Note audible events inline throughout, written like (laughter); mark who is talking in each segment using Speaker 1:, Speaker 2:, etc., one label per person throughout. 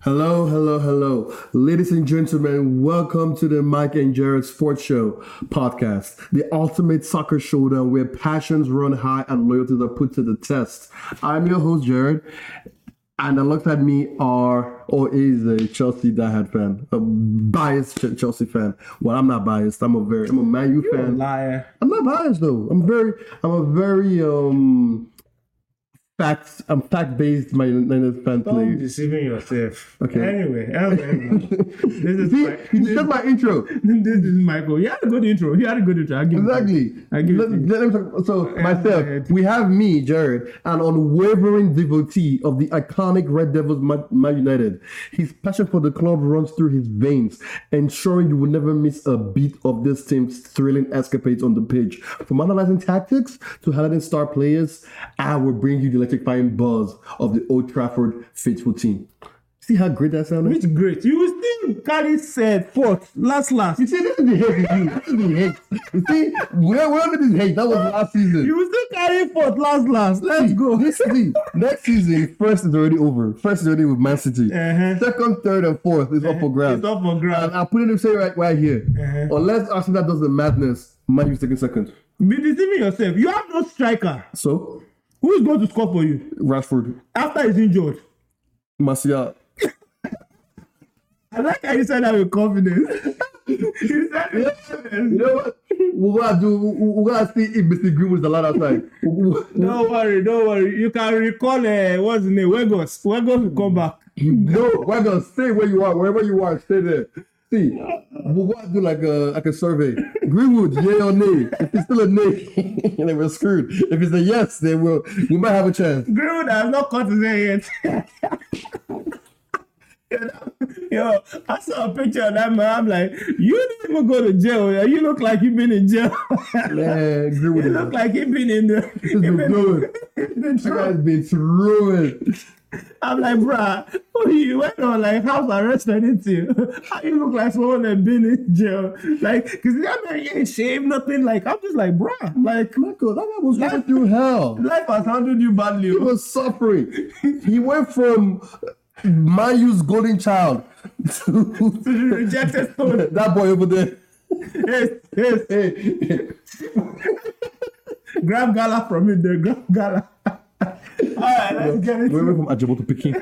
Speaker 1: Hello, hello, hello. Ladies and gentlemen, welcome to the Mike and Jared Sports Show podcast, the ultimate soccer showdown where passions run high and loyalties are put to the test. I'm your host, Jared, and alongside me are or is a Chelsea diehard fan, a biased Ch- Chelsea fan. Well, I'm not biased. I'm a very, I'm a Man U
Speaker 2: You're a
Speaker 1: fan.
Speaker 2: liar.
Speaker 1: I'm not biased though. I'm very, I'm a very um facts. I'm fact based Man United fan.
Speaker 2: You're
Speaker 1: please.
Speaker 2: deceiving yourself.
Speaker 1: Okay.
Speaker 2: (laughs) Anyway, anyway. this is
Speaker 1: See,
Speaker 2: my-
Speaker 1: you just my intro.
Speaker 2: this is Michael. You had a good intro. You had a good intro. I give you that.
Speaker 1: Exactly.
Speaker 2: I give it
Speaker 1: Let-
Speaker 2: to you.
Speaker 1: let him talk- so
Speaker 2: Yeah,
Speaker 1: myself,
Speaker 2: go ahead.
Speaker 1: we have me, Jared, an unwavering devotee of the iconic Red Devils Ma- Man United. His passion for the club runs through his veins, ensuring you will never miss a beat of this team's thrilling escapades on the pitch. From analyzing tactics to highlighting star players, I will bring you the electrifying buzz of the Old Trafford faithful team. See how great that sounded?
Speaker 2: Which great. You still carry said fourth. Last last.
Speaker 1: You see, this is the hate with you. This is the hate. You see, we're, we're under this hate. That was last season.
Speaker 2: You still carry fourth. Last last. Let's (laughs) go.
Speaker 1: This season, next season, first is already over. First is already with Man City.
Speaker 2: Uh-huh.
Speaker 1: Second, third, and fourth is up for grabs.
Speaker 2: It's up for
Speaker 1: And
Speaker 2: grabs.
Speaker 1: I'll put it in say right, right here.
Speaker 2: Uh-huh.
Speaker 1: Unless Arsenal does the madness, Man U's taking second.
Speaker 2: Be deceiving yourself. You have no striker.
Speaker 1: So,
Speaker 2: Who is going to score for you
Speaker 1: Rashford,
Speaker 2: after he's injured?
Speaker 1: Martial.
Speaker 2: I like how you said that with confidence. (laughs) you said it with confidence.
Speaker 1: You know what? We're gonna do. We're gonna see if Mr. Greenwood's allowed outside.
Speaker 2: (laughs)
Speaker 1: No,
Speaker 2: Don't worry, don't worry. You can recall uh, what's the name? Wegos. Wegos will come back.
Speaker 1: no. We're gonna stay where you are, wherever you are. Stay there. See, we're gonna do like a like a survey. Greenwood, yay or nay? If it's still a nay, (laughs) then we're screwed. If it's a yes, then we'll we might have a chance.
Speaker 2: Greenwood has not caught his head yet. (laughs) Yo, I saw a picture of that man. I'm like, you didn't even go to jail. Yeah? You look like you've been in jail. (laughs)
Speaker 1: Man, Greenwood
Speaker 2: you
Speaker 1: is
Speaker 2: look like you've been in the.
Speaker 1: has
Speaker 2: you
Speaker 1: been
Speaker 2: been
Speaker 1: doing.
Speaker 2: in the
Speaker 1: This
Speaker 2: jail.
Speaker 1: guy's been through it.
Speaker 2: I'm like, bruh, oh, you went on like house arrest or anything. (laughs) How you look like someone that been in jail? Like, because that man ain't shaved, nothing. Like, I'm just like, bruh, like,
Speaker 1: Michael, that guy was going through hell.
Speaker 2: life has handled you badly. oh. (laughs)
Speaker 1: He was suffering. He went from Mayu's golden child (laughs) to
Speaker 2: rejected stone.
Speaker 1: that boy over there.
Speaker 2: yes, yes.
Speaker 1: Hey,
Speaker 2: Grab gala from it there. Grab gala. (laughs) All right, let's get
Speaker 1: we
Speaker 2: it.
Speaker 1: went from Ajabo to Peking.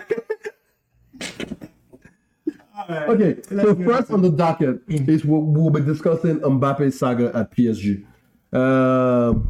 Speaker 2: All right.
Speaker 1: Okay, so
Speaker 2: Let's Mm. get
Speaker 1: first on the docket is what we'll be discussing Mbappe's saga at PSG. Um,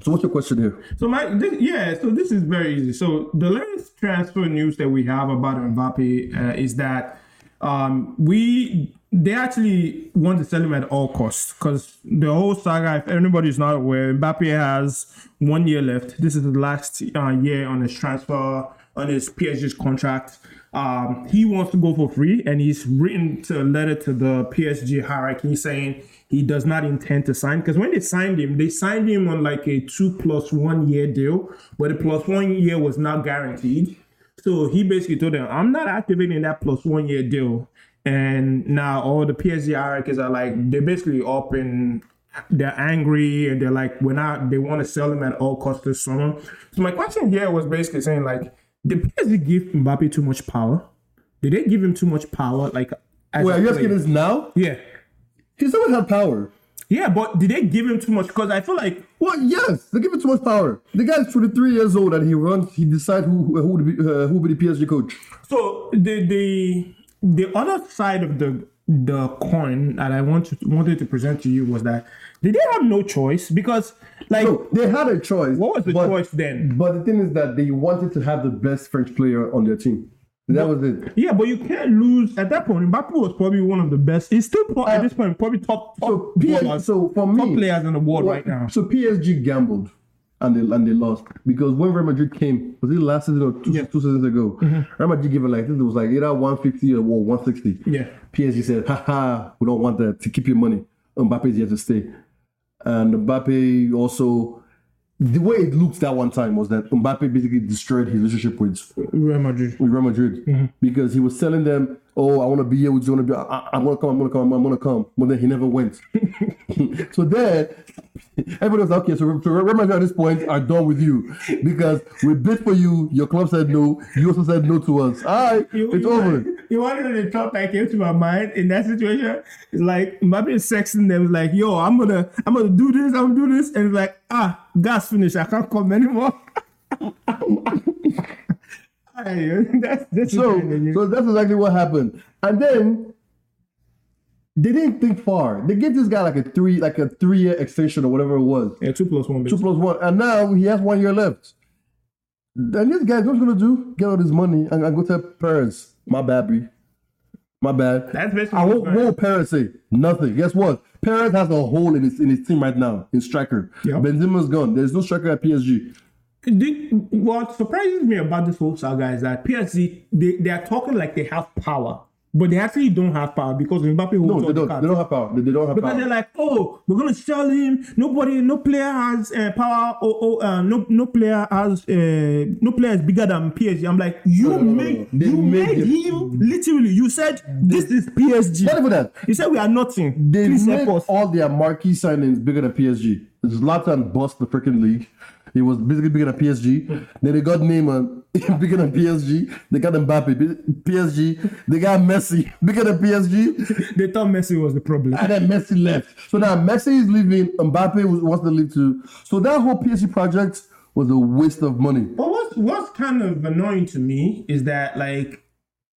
Speaker 1: so what's your question here?
Speaker 2: So my this, yeah, so this is very easy. So the latest transfer news that we have about Mbappe uh, is that um, we they actually want to sell him at all costs because the whole saga. If anybody's not aware, Mbappe has one year left. This is the last uh, year on his transfer on his PSG's contract. Um, he wants to go for free, and he's written to a letter to the PSG hierarchy saying he does not intend to sign. Because when they signed him, they signed him on like a two plus one year deal, but the plus one year was not guaranteed. So he basically told them, I'm not activating that plus one year deal. And now all the PSG hierarchies are like, they're basically up in, they're angry and they're like, we're not, they want to sell him at all costs this summer. So my question here was basically saying, like, did PSG give Mbappe too much power? Did they give him too much power? Like, as
Speaker 1: Wait,
Speaker 2: a
Speaker 1: are you asking
Speaker 2: player?
Speaker 1: this now?
Speaker 2: Yeah.
Speaker 1: He's always had power.
Speaker 2: Yeah, but did they give him too much? Because I feel like
Speaker 1: Well, yes, they give him too much power. The guy's 23 years old and he runs, he decides who, who, who, will be, uh, who will be the PSG coach.
Speaker 2: so the the the other side of the the coin that I want to, wanted to present to you was that did they have no choice? Because like
Speaker 1: So they had a choice.
Speaker 2: what was the
Speaker 1: but,
Speaker 2: choice then?
Speaker 1: But the thing is that they wanted to have the best French player on their team. That was it.
Speaker 2: Yeah, but you can't lose at that point. Mbappe was probably one of the best. He's still pro- at this point probably top
Speaker 1: Uh,
Speaker 2: top,
Speaker 1: So, PSG,
Speaker 2: ballers,
Speaker 1: so for me,
Speaker 2: top players in the world
Speaker 1: Well,
Speaker 2: right now.
Speaker 1: So PSG gambled and they and they lost because when Real Madrid came, was it last season or two,
Speaker 2: Yeah. Mm-hmm.
Speaker 1: two seasons ago? Real Madrid gave it like this. It was like either one fifty or well, one sixty.
Speaker 2: Yeah.
Speaker 1: PSG said, "Ha ha, we don't want that. To keep your money, Mbappe is here to stay." And Mbappe also, the way it looked that one time was that Mbappe basically destroyed his relationship with
Speaker 2: Real Madrid.
Speaker 1: with Real Madrid
Speaker 2: Mm-hmm.
Speaker 1: because he was
Speaker 2: (laughs)
Speaker 1: telling them, "Oh, I want to be here. with you. I want to be? I, I, am gonna come. I'm gonna come. I'm gonna come." But then he never went. (laughs) so then everyone was like, okay. So, so Real Madrid at this point are done with you because we bid for you. Your club said no. You also said no to us. All right,
Speaker 2: You-
Speaker 1: it's
Speaker 2: you-
Speaker 1: over.
Speaker 2: (laughs) You want to know the thought that came to my mind in that situation? It's like Mbappe is sexting them, like, "Yo, I'm gonna, I'm gonna do this, I'm gonna do this," and it's like, "Ah, gas finished. I can't come anymore." (laughs) Aye, that's, that's
Speaker 1: So, so that's exactly what happened. And then they didn't think far. They gave this guy like a three, like a three-year extension or whatever it was.
Speaker 2: yeah, two plus one.
Speaker 1: two plus one, and now he has one year left. And this guy's what's he gonna do? Get all this money and, and go tell Paris, my bad, B. my bad.
Speaker 2: That's basically
Speaker 1: I won't,
Speaker 2: what-
Speaker 1: what will Paris say? Nothing. Guess what? Paris has a hole in his in his team right now in striker.
Speaker 2: Yeah.
Speaker 1: Benzema's gone. There's no striker at PSG.
Speaker 2: The- what surprises me about this whole saga is that PSG they, they are talking like they have power, but they actually don't have power because Mbappe holds
Speaker 1: No,
Speaker 2: all
Speaker 1: they
Speaker 2: the
Speaker 1: don't.
Speaker 2: cards.
Speaker 1: They don't have power. They, they don't have
Speaker 2: Because
Speaker 1: power.
Speaker 2: they're like, oh, we're gonna sell him. Nobody, no player has uh, power. Oh, oh, uh, no, no player has uh, no player is bigger than PSG. I'm like, you
Speaker 1: no, no, no,
Speaker 2: made
Speaker 1: no. They
Speaker 2: you
Speaker 1: made
Speaker 2: made
Speaker 1: it.
Speaker 2: him literally. You said this is
Speaker 1: Not
Speaker 2: PSG.
Speaker 1: even that.
Speaker 2: You said we are nothing.
Speaker 1: They
Speaker 2: Please
Speaker 1: made
Speaker 2: help us.
Speaker 1: all their marquee signings bigger than PSG. Zlatan bust the freaking league. He was basically bigger than PSG. Then they got Neymar (laughs) bigger than PSG. They got Mbappe bi- PSG. They got Messi (laughs) bigger than PSG.
Speaker 2: They thought Messi was the problem.
Speaker 1: And then Messi left. So now Messi is leaving. Mbappe was- wants to leave too. So that whole PSG project was a waste of money.
Speaker 2: But what's what's kind of annoying to me is that like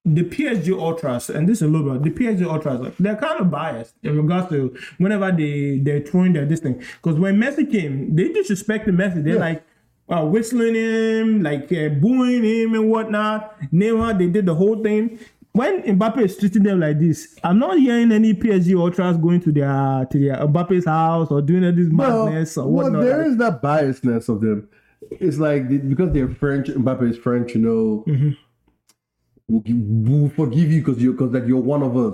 Speaker 2: the PSG ultras, and this is a little bit the PSG ultras, like, they're kind of biased in regards to whenever they they're throwing their this thing. Because when Messi came, they disrespected Messi. They're like. Uh, whistling him, like uh, booing him and whatnot. Neymar, they did the whole thing. When Mbappe is treating them like this, I'm not hearing any PSG ultras going to their to their Mbappe's house or doing all this
Speaker 1: Well,
Speaker 2: madness or
Speaker 1: well,
Speaker 2: whatnot.
Speaker 1: there is that biasness of them. It's like the- because they're French, Mbappe is French, you know.
Speaker 2: Mm-hmm.
Speaker 1: We'll, gi- we'll forgive you because you're because like you're one of us.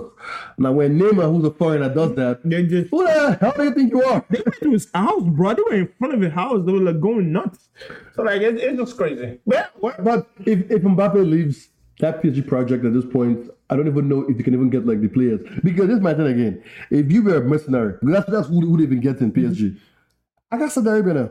Speaker 1: Now when Neymar, who's a foreigner, does that,
Speaker 2: they just
Speaker 1: who the hell do you think you are?
Speaker 2: They went to his house, bro. They were in front of his house. They were like going nuts. So like, it, it's just crazy. But what?
Speaker 1: But if if Mbappe leaves that PSG project at this point, I don't even know if you can even get like the players because this is my thing again. If you were a mercenary, that's that's who who they've been getting PSG. I got Saudi Arabia now. I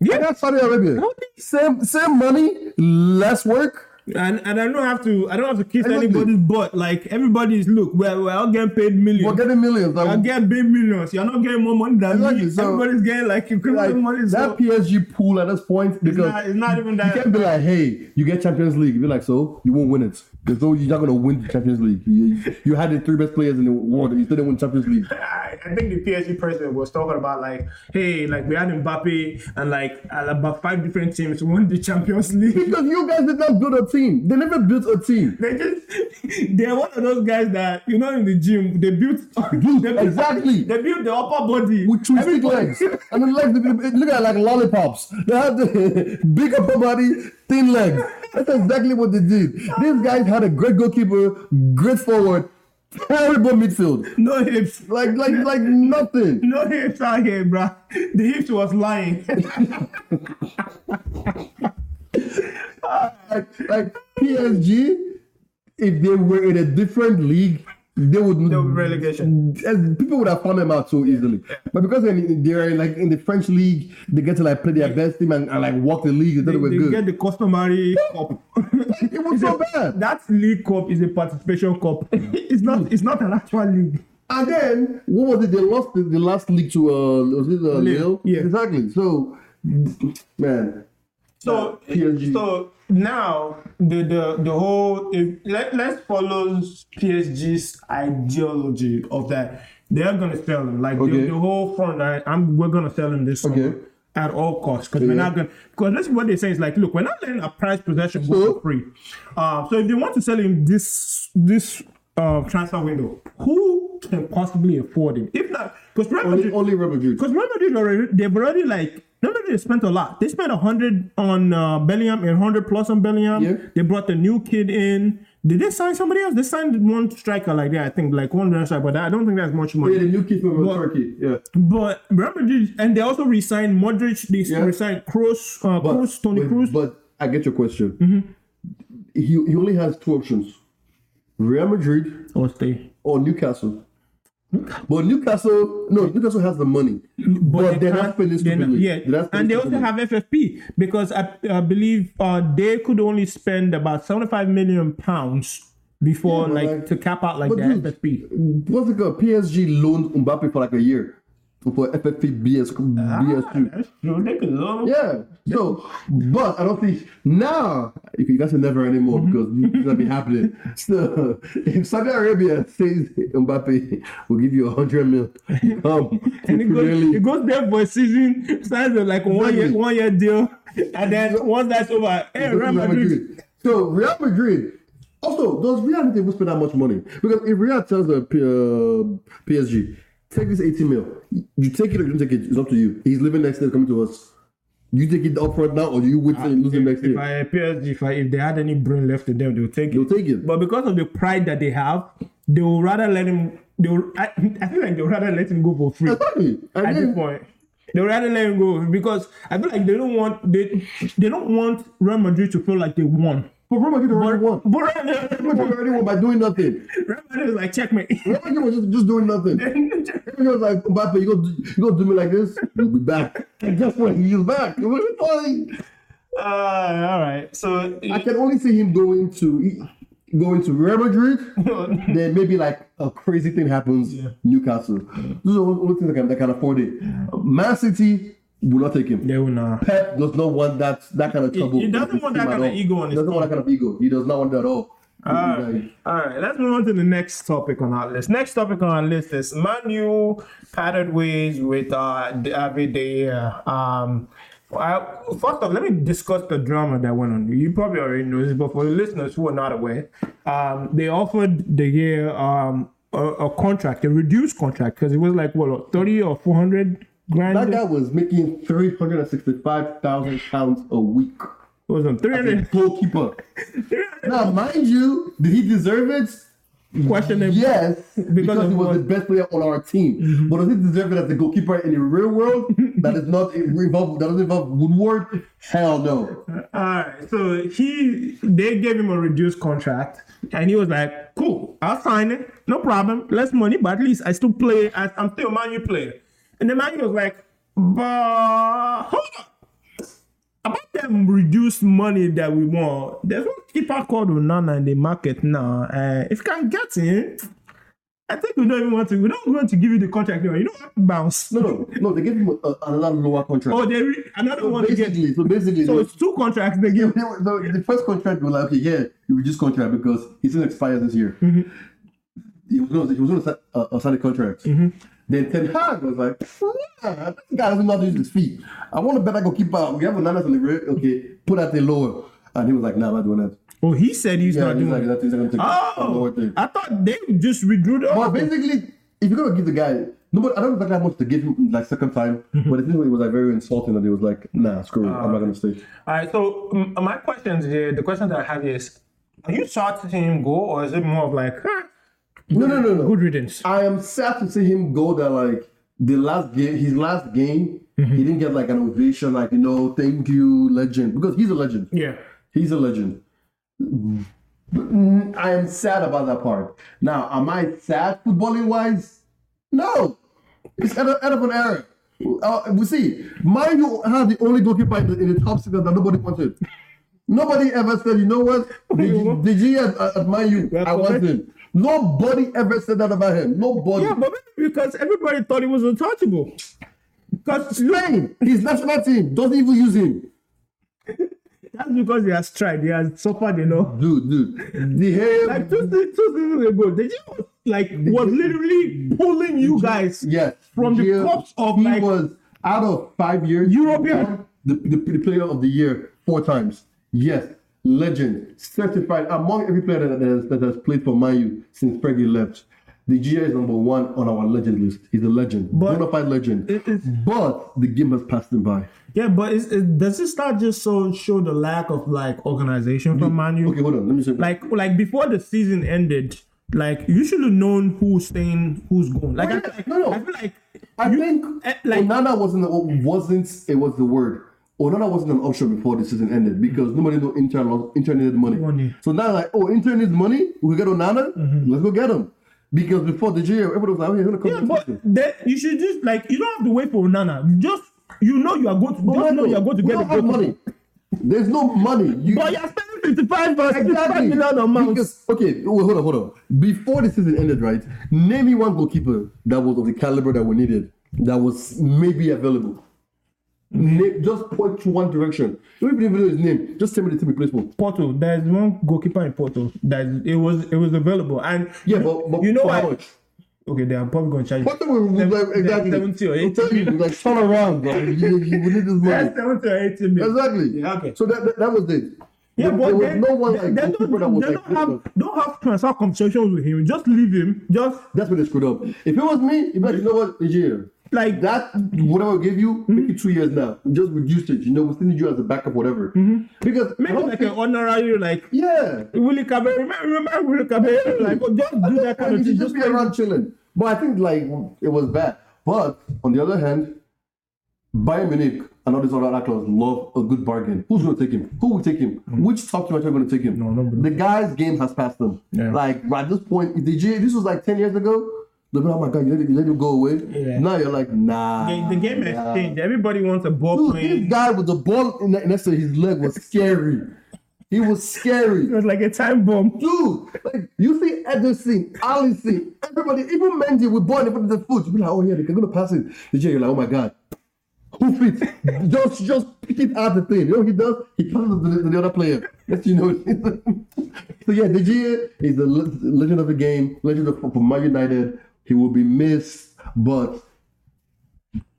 Speaker 2: Yeah.
Speaker 1: got Saudi Arabia.
Speaker 2: How did-
Speaker 1: Same same money, less work.
Speaker 2: And and I don't have to. I don't have to kiss
Speaker 1: Exactly.
Speaker 2: anybody's butt. Like everybody's look. We're we're all getting paid
Speaker 1: We're
Speaker 2: millions.
Speaker 1: getting millions. Like,
Speaker 2: I'm getting paid millions. You're not getting more money than
Speaker 1: Exactly,
Speaker 2: me.
Speaker 1: so-
Speaker 2: Everybody's getting like equivalent
Speaker 1: like,
Speaker 2: money.
Speaker 1: that
Speaker 2: so
Speaker 1: PSG pool at this point
Speaker 2: it's,
Speaker 1: because
Speaker 2: not, it's not even
Speaker 1: you
Speaker 2: that.
Speaker 1: can't be like, hey, you get Champions League. You're like, so you won't win it. There's no, you're not gonna win the Champions League. You, you had the three best players in the world. and You still didn't win Champions League.
Speaker 2: I, I think the PSG president was talking about like, hey, like we had Mbappe and like about five different teams won the Champions League.
Speaker 1: Because you guys did not build a team. They never built a team.
Speaker 2: They just they're one of those guys that you know in the gym they built (laughs) they built-
Speaker 1: exactly.
Speaker 2: they built the upper body
Speaker 1: With twisted legs. And the legs, it- it- look at it like lollipops. They had the (laughs) big upper body, thin legs. That's exactly what they did. These guys had a great goalkeeper, great forward, terrible midfield.
Speaker 2: (laughs) no hips
Speaker 1: Like, like, like nothing.
Speaker 2: no hips out here bruh the hips was lying
Speaker 1: like, like PSG, if they were in a different league, they would
Speaker 2: They would be relegation.
Speaker 1: And people would have found them out so easily. But because in, they're in, like in the French league, they get to like play their best team and, and, like walk the league. They thought
Speaker 2: they,
Speaker 1: they were
Speaker 2: they
Speaker 1: good.
Speaker 2: get the customary cup (laughs)
Speaker 1: it was so bad.
Speaker 2: that league cup is a participation cup (laughs) it's not it's not an actual league
Speaker 1: And then what was it? They lost the, the last league to uh was it uh, Lille?
Speaker 2: yeah.
Speaker 1: exactly. So man,
Speaker 2: So,
Speaker 1: Yeah, PSG.
Speaker 2: so now the the the whole if, let let's follow PSG's ideology of that they're gonna sell him like
Speaker 1: Okay.
Speaker 2: the, the whole front line. I'm we're gonna sell him this summer
Speaker 1: Okay.
Speaker 2: at all costs because we're
Speaker 1: Yeah.
Speaker 2: not gonna because that's what they say is like look we're not letting a prize possession go
Speaker 1: So-
Speaker 2: for free. Uh, so if they want to sell him this this uh, transfer window, who can possibly afford him? If not, because
Speaker 1: only only Real Madrid.
Speaker 2: because Real Madrid already they've already like Real Madrid spent a lot. They spent hundred on uh, Bellingham and hundred plus on Bellingham.
Speaker 1: Yeah.
Speaker 2: They brought the new kid in. Did they sign somebody else? They signed one striker like that, I think, like one real striker, but I don't think that's much money.
Speaker 1: Yeah, the new kid from uh,
Speaker 2: But-
Speaker 1: Turkey. Yeah,
Speaker 2: But Real Madrid and they also resigned Modric. They
Speaker 1: Yeah.
Speaker 2: resigned Kroos, uh, Kroos, Tony
Speaker 1: but-
Speaker 2: Kroos.
Speaker 1: But I get your question. Mm-hmm. He he only has two options: Real Madrid
Speaker 2: or stay.
Speaker 1: or Newcastle. But Newcastle, no, Newcastle has the money, but, they
Speaker 2: can't-
Speaker 1: have finished
Speaker 2: they're not-
Speaker 1: stupidly.
Speaker 2: Yeah,
Speaker 1: They have
Speaker 2: and
Speaker 1: finished
Speaker 2: they also
Speaker 1: stupidly.
Speaker 2: have FFP because I, I believe uh, they could only spend about seventy-five million pounds before
Speaker 1: Yeah, but
Speaker 2: like,
Speaker 1: like-
Speaker 2: to cap out like
Speaker 1: but
Speaker 2: the
Speaker 1: dude,
Speaker 2: FFP.
Speaker 1: What's it called? PSG loaned Mbappe for like a year for FFP BS,
Speaker 2: Ah,
Speaker 1: BS2.
Speaker 2: That's true. They could loan.
Speaker 1: Yeah. So, but I don't think now you can- you guys say never anymore
Speaker 2: Mm-hmm.
Speaker 1: because it's gonna be
Speaker 2: (laughs)
Speaker 1: happening. So, if Saudi Arabia says Mbappe will give you a hundred mil, um,
Speaker 2: (laughs) And it goes, it goes there for a season, signs a, like a one year,
Speaker 1: Exactly.
Speaker 2: one year deal, and then once that's over, hey, Real Madrid.
Speaker 1: So Real Madrid. Also, does Real need to spend that much money? Because if Real tells the P- uh, PSG, take this 18 mil, you take it or you don't take it, it's up to you. He's living next year, coming to us. You take it upfront now, or you wait till you lose it next
Speaker 2: Uh, If
Speaker 1: year.
Speaker 2: I PSG, if, I, if they had any brain left to them, they would take
Speaker 1: You'll
Speaker 2: it.
Speaker 1: take it.
Speaker 2: But because of the pride that they have, they would rather let him. They would, I, I feel like they would rather let him go for free at
Speaker 1: Exactly. And
Speaker 2: this
Speaker 1: then,
Speaker 2: point. They would rather let him go because I feel like they don't want they they don't want Real Madrid to feel like they won. (laughs)
Speaker 1: but Real Madrid already won.
Speaker 2: But Real Madrid-
Speaker 1: Real Madrid already won by doing nothing.
Speaker 2: Real Madrid is like checkmate.
Speaker 1: Real Madrid was just, just doing nothing. Real Madrid was like, Mbappe, you gonna, do- you gonna do me like this? You'll be back. And guess what? He's back. It was funny.
Speaker 2: (laughs) uh, all right, so
Speaker 1: I can only see him going to going to Real
Speaker 2: (laughs)
Speaker 1: Madrid. then maybe like a crazy thing happens. Newcastle. Those are the only things that can, that can afford it. Man City will not take him.
Speaker 2: they will not.
Speaker 1: Pep does not want that that kind of trouble.
Speaker 2: he doesn't
Speaker 1: with
Speaker 2: want
Speaker 1: him
Speaker 2: that
Speaker 1: at
Speaker 2: kind of
Speaker 1: all.
Speaker 2: ego
Speaker 1: He
Speaker 2: on his Ah.
Speaker 1: doesn't want that kind of ego. He does not want that at all.
Speaker 2: Alright, alright, let's move on to the next topic on our list. Next topic on our list is Manu parted ways with uh David De Gea. Um, I, first off, let me discuss the drama that went on. You probably already know this, but for the listeners who are not aware, um, they offered De Gea um a, a contract, a reduced contract, because it was like what thirty or four hundred grand.
Speaker 1: That guy was making three hundred and sixty-five thousand pounds a week.
Speaker 2: it was on three
Speaker 1: The
Speaker 2: hundred.
Speaker 1: goalkeeper.
Speaker 2: (laughs)
Speaker 1: Now, mind you, did he deserve it?
Speaker 2: Questionable.
Speaker 1: Yes, because,
Speaker 2: of
Speaker 1: he was
Speaker 2: what? Mm-hmm.
Speaker 1: the best player on our team. But does he deserve it as a goalkeeper in the real world? that is not involved. That doesn't involve Woodward. Hell no.
Speaker 2: All right, so he they gave him a reduced contract, and he was like, "Cool, I'll sign it, no problem, less money, but at least I still play. I, I'm still a Man U player." And the Man U was like, "But hold up, about them reduced money that we want. There's one keeper called Onana in the market now. Uh, if you can get him, I think we don't even want to. We don't want to give you the contract. You know, you don't have to bounce.
Speaker 1: No, no, no. They gave him a, a, another lower contract.
Speaker 2: Oh, they re- another
Speaker 1: so
Speaker 2: one to get.
Speaker 1: basically, so basically,
Speaker 2: So
Speaker 1: so
Speaker 2: it's two contracts
Speaker 1: (laughs)
Speaker 2: they give.
Speaker 1: the, the first contract was like, okay, yeah, you reduce contract because he still expires this year. He was going to he was going to uh, uh, sign a contract. Then Ten Hag was like, yeah, this guy doesn't know how to use his feet. I want a better goalkeeper. We have another on the rear. Okay, put that thing lower. And he was like, nah, I'm not doing that.
Speaker 2: Oh, he said he's
Speaker 1: Yeah,
Speaker 2: not
Speaker 1: he's
Speaker 2: doing.
Speaker 1: like,
Speaker 2: it.
Speaker 1: that is going to
Speaker 2: Oh, I thought they just redrew the
Speaker 1: But
Speaker 2: offer.
Speaker 1: basically, if you're gonna give the guy, nobody, I don't exactly how much to give him like second time, but it was like very insulting that he was like, nah, screw it, I'm not gonna stay.
Speaker 2: All right. So um, my questions here, the question that I have is, are you shocked to see him go, or is it more of like, huh,
Speaker 1: No, no, no, no.
Speaker 2: good riddance?
Speaker 1: I am sad to see him go that like the last game, his last game, he didn't get like an ovation, like you know, thank you, legend, because he's a legend.
Speaker 2: Yeah.
Speaker 1: He's a legend. Mm, I am sad about that part. Now, am I sad footballing wise? No. It's out of, out of an error. Uh, we see. Mind you, have the only goalkeeper in the, in the top six that nobody wanted. Nobody ever said, you know what? The the G at, at Man U, I want him. Nobody ever said that about him. Nobody.
Speaker 2: Yeah, but maybe because everybody thought he was untouchable. Because
Speaker 1: Spain, his national team doesn't even use him.
Speaker 2: that's because he has tried, he has suffered, you know.
Speaker 1: Dude, dude. The hair.
Speaker 2: Like two, se- two seasons ago, the G like was literally pulling you guys.
Speaker 1: Yes.
Speaker 2: From the
Speaker 1: year-
Speaker 2: corpse of,
Speaker 1: he
Speaker 2: like-
Speaker 1: was out of five years.
Speaker 2: European.
Speaker 1: the, the, the player of the year four times. Yes, legend, certified among every player that, that, has, that has played for Man U since Fergie left. The GA is number one on our legend list. He's a legend,
Speaker 2: But-
Speaker 1: bona fide legend.
Speaker 2: It- it's-
Speaker 1: but the game has passed him by.
Speaker 2: Yeah, but is, it, does this not just so show the lack of like organization from Manu?
Speaker 1: Okay, hold on. Let me say.
Speaker 2: like like before the season ended, like you should have known who's staying, who's going. Like,
Speaker 1: Oh,
Speaker 2: I, feel
Speaker 1: yeah.
Speaker 2: like
Speaker 1: No, no.
Speaker 2: I feel like
Speaker 1: I
Speaker 2: you-
Speaker 1: think
Speaker 2: eh, like-
Speaker 1: Onana wasn't wasn't it was the word. Onana wasn't an option before the season ended because nobody knew Inter, lost- Inter needed money.
Speaker 2: Mm-hmm. Money. Mm-hmm.
Speaker 1: So now like, oh, Inter needs money. We get Onana. Let's go get him. Because before the year, everybody was like, "Oh, he's gonna come."
Speaker 2: Yeah,
Speaker 1: to
Speaker 2: but
Speaker 1: Chelsea."
Speaker 2: then you should just like you don't have to wait for Onana. Just you know you are going to
Speaker 1: But
Speaker 2: just
Speaker 1: Michael,
Speaker 2: know you are going to
Speaker 1: we
Speaker 2: get the
Speaker 1: don't have
Speaker 2: goal.
Speaker 1: money. There's no money. You,
Speaker 2: But you're spending 55 versus 55
Speaker 1: Exactly.
Speaker 2: million on Mount.
Speaker 1: Because- okay, wait, hold on, hold on. Before the season ended, right? Name me one goalkeeper that was of the caliber that we needed, that was maybe available. Name, just point to one direction. Don't even know his name. Just tell me the team we played for.
Speaker 2: Porto, there's one goalkeeper in Porto that it was it was available, and
Speaker 1: Yeah, but, but
Speaker 2: you know
Speaker 1: for
Speaker 2: why?
Speaker 1: how much?
Speaker 2: Okay, they are probably going to charge.
Speaker 1: What the we
Speaker 2: Seven-
Speaker 1: like, exactly?
Speaker 2: seventy or
Speaker 1: I'm
Speaker 2: eighty.
Speaker 1: telling you, like turn around, bro. You, you, we need this money.
Speaker 2: That's seventy or eighty million.
Speaker 1: Exactly.
Speaker 2: Yeah, okay.
Speaker 1: So that, that that was it.
Speaker 2: Yeah,
Speaker 1: there,
Speaker 2: but
Speaker 1: there was
Speaker 2: then,
Speaker 1: no one like
Speaker 2: then
Speaker 1: goalkeeper
Speaker 2: don't,
Speaker 1: that was
Speaker 2: then
Speaker 1: like.
Speaker 2: don't
Speaker 1: this
Speaker 2: have don't have transfer conversations with him. Just leave him. Just
Speaker 1: That's where they screwed up. If it was me, if like, you know what, Nigeria,
Speaker 2: Like-
Speaker 1: that, whatever I give you, make
Speaker 2: Mm-hmm.
Speaker 1: it two years now. Just reduce it. You know, we still need you as a backup, whatever. Because I
Speaker 2: Mm-hmm. make it
Speaker 1: don't
Speaker 2: like
Speaker 1: think-
Speaker 2: an honorary like
Speaker 1: yeah,
Speaker 2: Willie Cabell. Remember, remember
Speaker 1: (laughs)
Speaker 2: Willie Cabell? Like oh, just do that kind
Speaker 1: you
Speaker 2: of thing.
Speaker 1: should just
Speaker 2: Just
Speaker 1: be around chilling. But I think like it was bad. But on the other hand, Bayern Munich and all these other actors love a good bargain. Who's going to take him? Who will take him? Which top team are going to take him?
Speaker 2: Mm-hmm. No, nobody.
Speaker 1: the guy's game has passed them.
Speaker 2: Yeah.
Speaker 1: Like at this point, if the G, this was like ten years ago. They'll be like, oh my god, you let, you let him go away.
Speaker 2: Yeah.
Speaker 1: Now you're like, nah.
Speaker 2: the, the game has
Speaker 1: nah.
Speaker 2: changed. Everybody wants a ball
Speaker 1: Dude,
Speaker 2: playing.
Speaker 1: this guy with the ball in the, next to his leg was scary. he was scary.
Speaker 2: It was like a time bomb.
Speaker 1: Dude, like you see Ederson, Allison, everybody, even Mendy with ball in front of the foot. You be like, oh yeah, they're gonna pass it. The J, you're like, oh my god, hoof it. just, just pick it out the thing. You know what he does? He passes it to the, to the other player. Let you know. (laughs) so yeah, the J is the le- legend of the game, legend of for Man United. He will be missed, but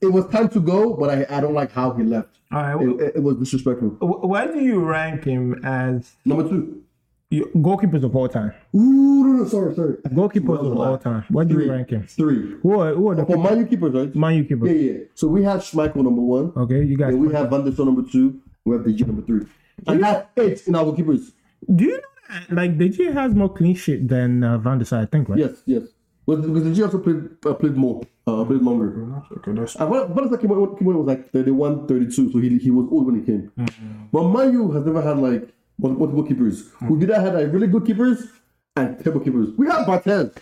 Speaker 1: it was time to go. But I, I don't like how he left.
Speaker 2: All right.
Speaker 1: It,
Speaker 2: wh-
Speaker 1: it- it was disrespectful.
Speaker 2: wh- Why do you rank him as
Speaker 1: Number two.
Speaker 2: your goalkeepers of all time?
Speaker 1: Ooh, no, no, sorry, sorry.
Speaker 2: Goalkeepers
Speaker 1: Well,
Speaker 2: of all
Speaker 1: well,
Speaker 2: time. Why do
Speaker 1: Three.
Speaker 2: you rank him?
Speaker 1: Three.
Speaker 2: Who are, who are the
Speaker 1: For Man U keepers, right?
Speaker 2: Man U
Speaker 1: yeah,
Speaker 2: keepers? Oh,
Speaker 1: yeah. So we have Schmeichel number one.
Speaker 2: Okay, you guys.
Speaker 1: And we have Van der Sar number two. We have DG number three. And that's eight in our keepers.
Speaker 2: Do you know that like the G has more clean sheet than uh, Van der Sar? I think, right?
Speaker 1: Yes, yes. Well, because DG also played uh, played more, uh, played longer.
Speaker 2: Okay, that's
Speaker 1: And Van Van der Sar came when came when he was like 31, 32. So he, he was old when he came. But Man U has never had like mul- multiple keepers. We did have like really good keepers and terrible keepers. We have Barthez.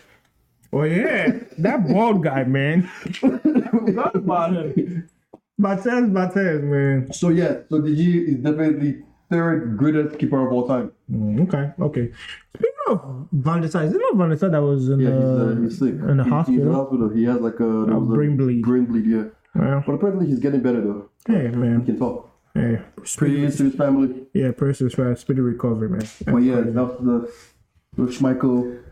Speaker 2: Oh yeah, that bald guy, man. Forgot about him. Barthez, Barthez, man.
Speaker 1: So yeah, so DG is definitely third greatest keeper of all time.
Speaker 2: Mm, okay, okay. Speaking of Van der Sar, is it not Van der Sar that was in
Speaker 1: Yeah, he's,
Speaker 2: the,
Speaker 1: uh, he's sick.
Speaker 2: in
Speaker 1: He-
Speaker 2: the
Speaker 1: He's in the
Speaker 2: hospital?
Speaker 1: hospital. He has like a, there was a
Speaker 2: brain bleed.
Speaker 1: Brain bleed, yeah.
Speaker 2: Well,
Speaker 1: But apparently he's getting better though.
Speaker 2: hey,
Speaker 1: He
Speaker 2: man.
Speaker 1: can talk.
Speaker 2: Hey,
Speaker 1: Praise to his family.
Speaker 2: yeah, Percy's fast, speedy recovery, man.
Speaker 1: But yeah, that was the, the Schmeichel.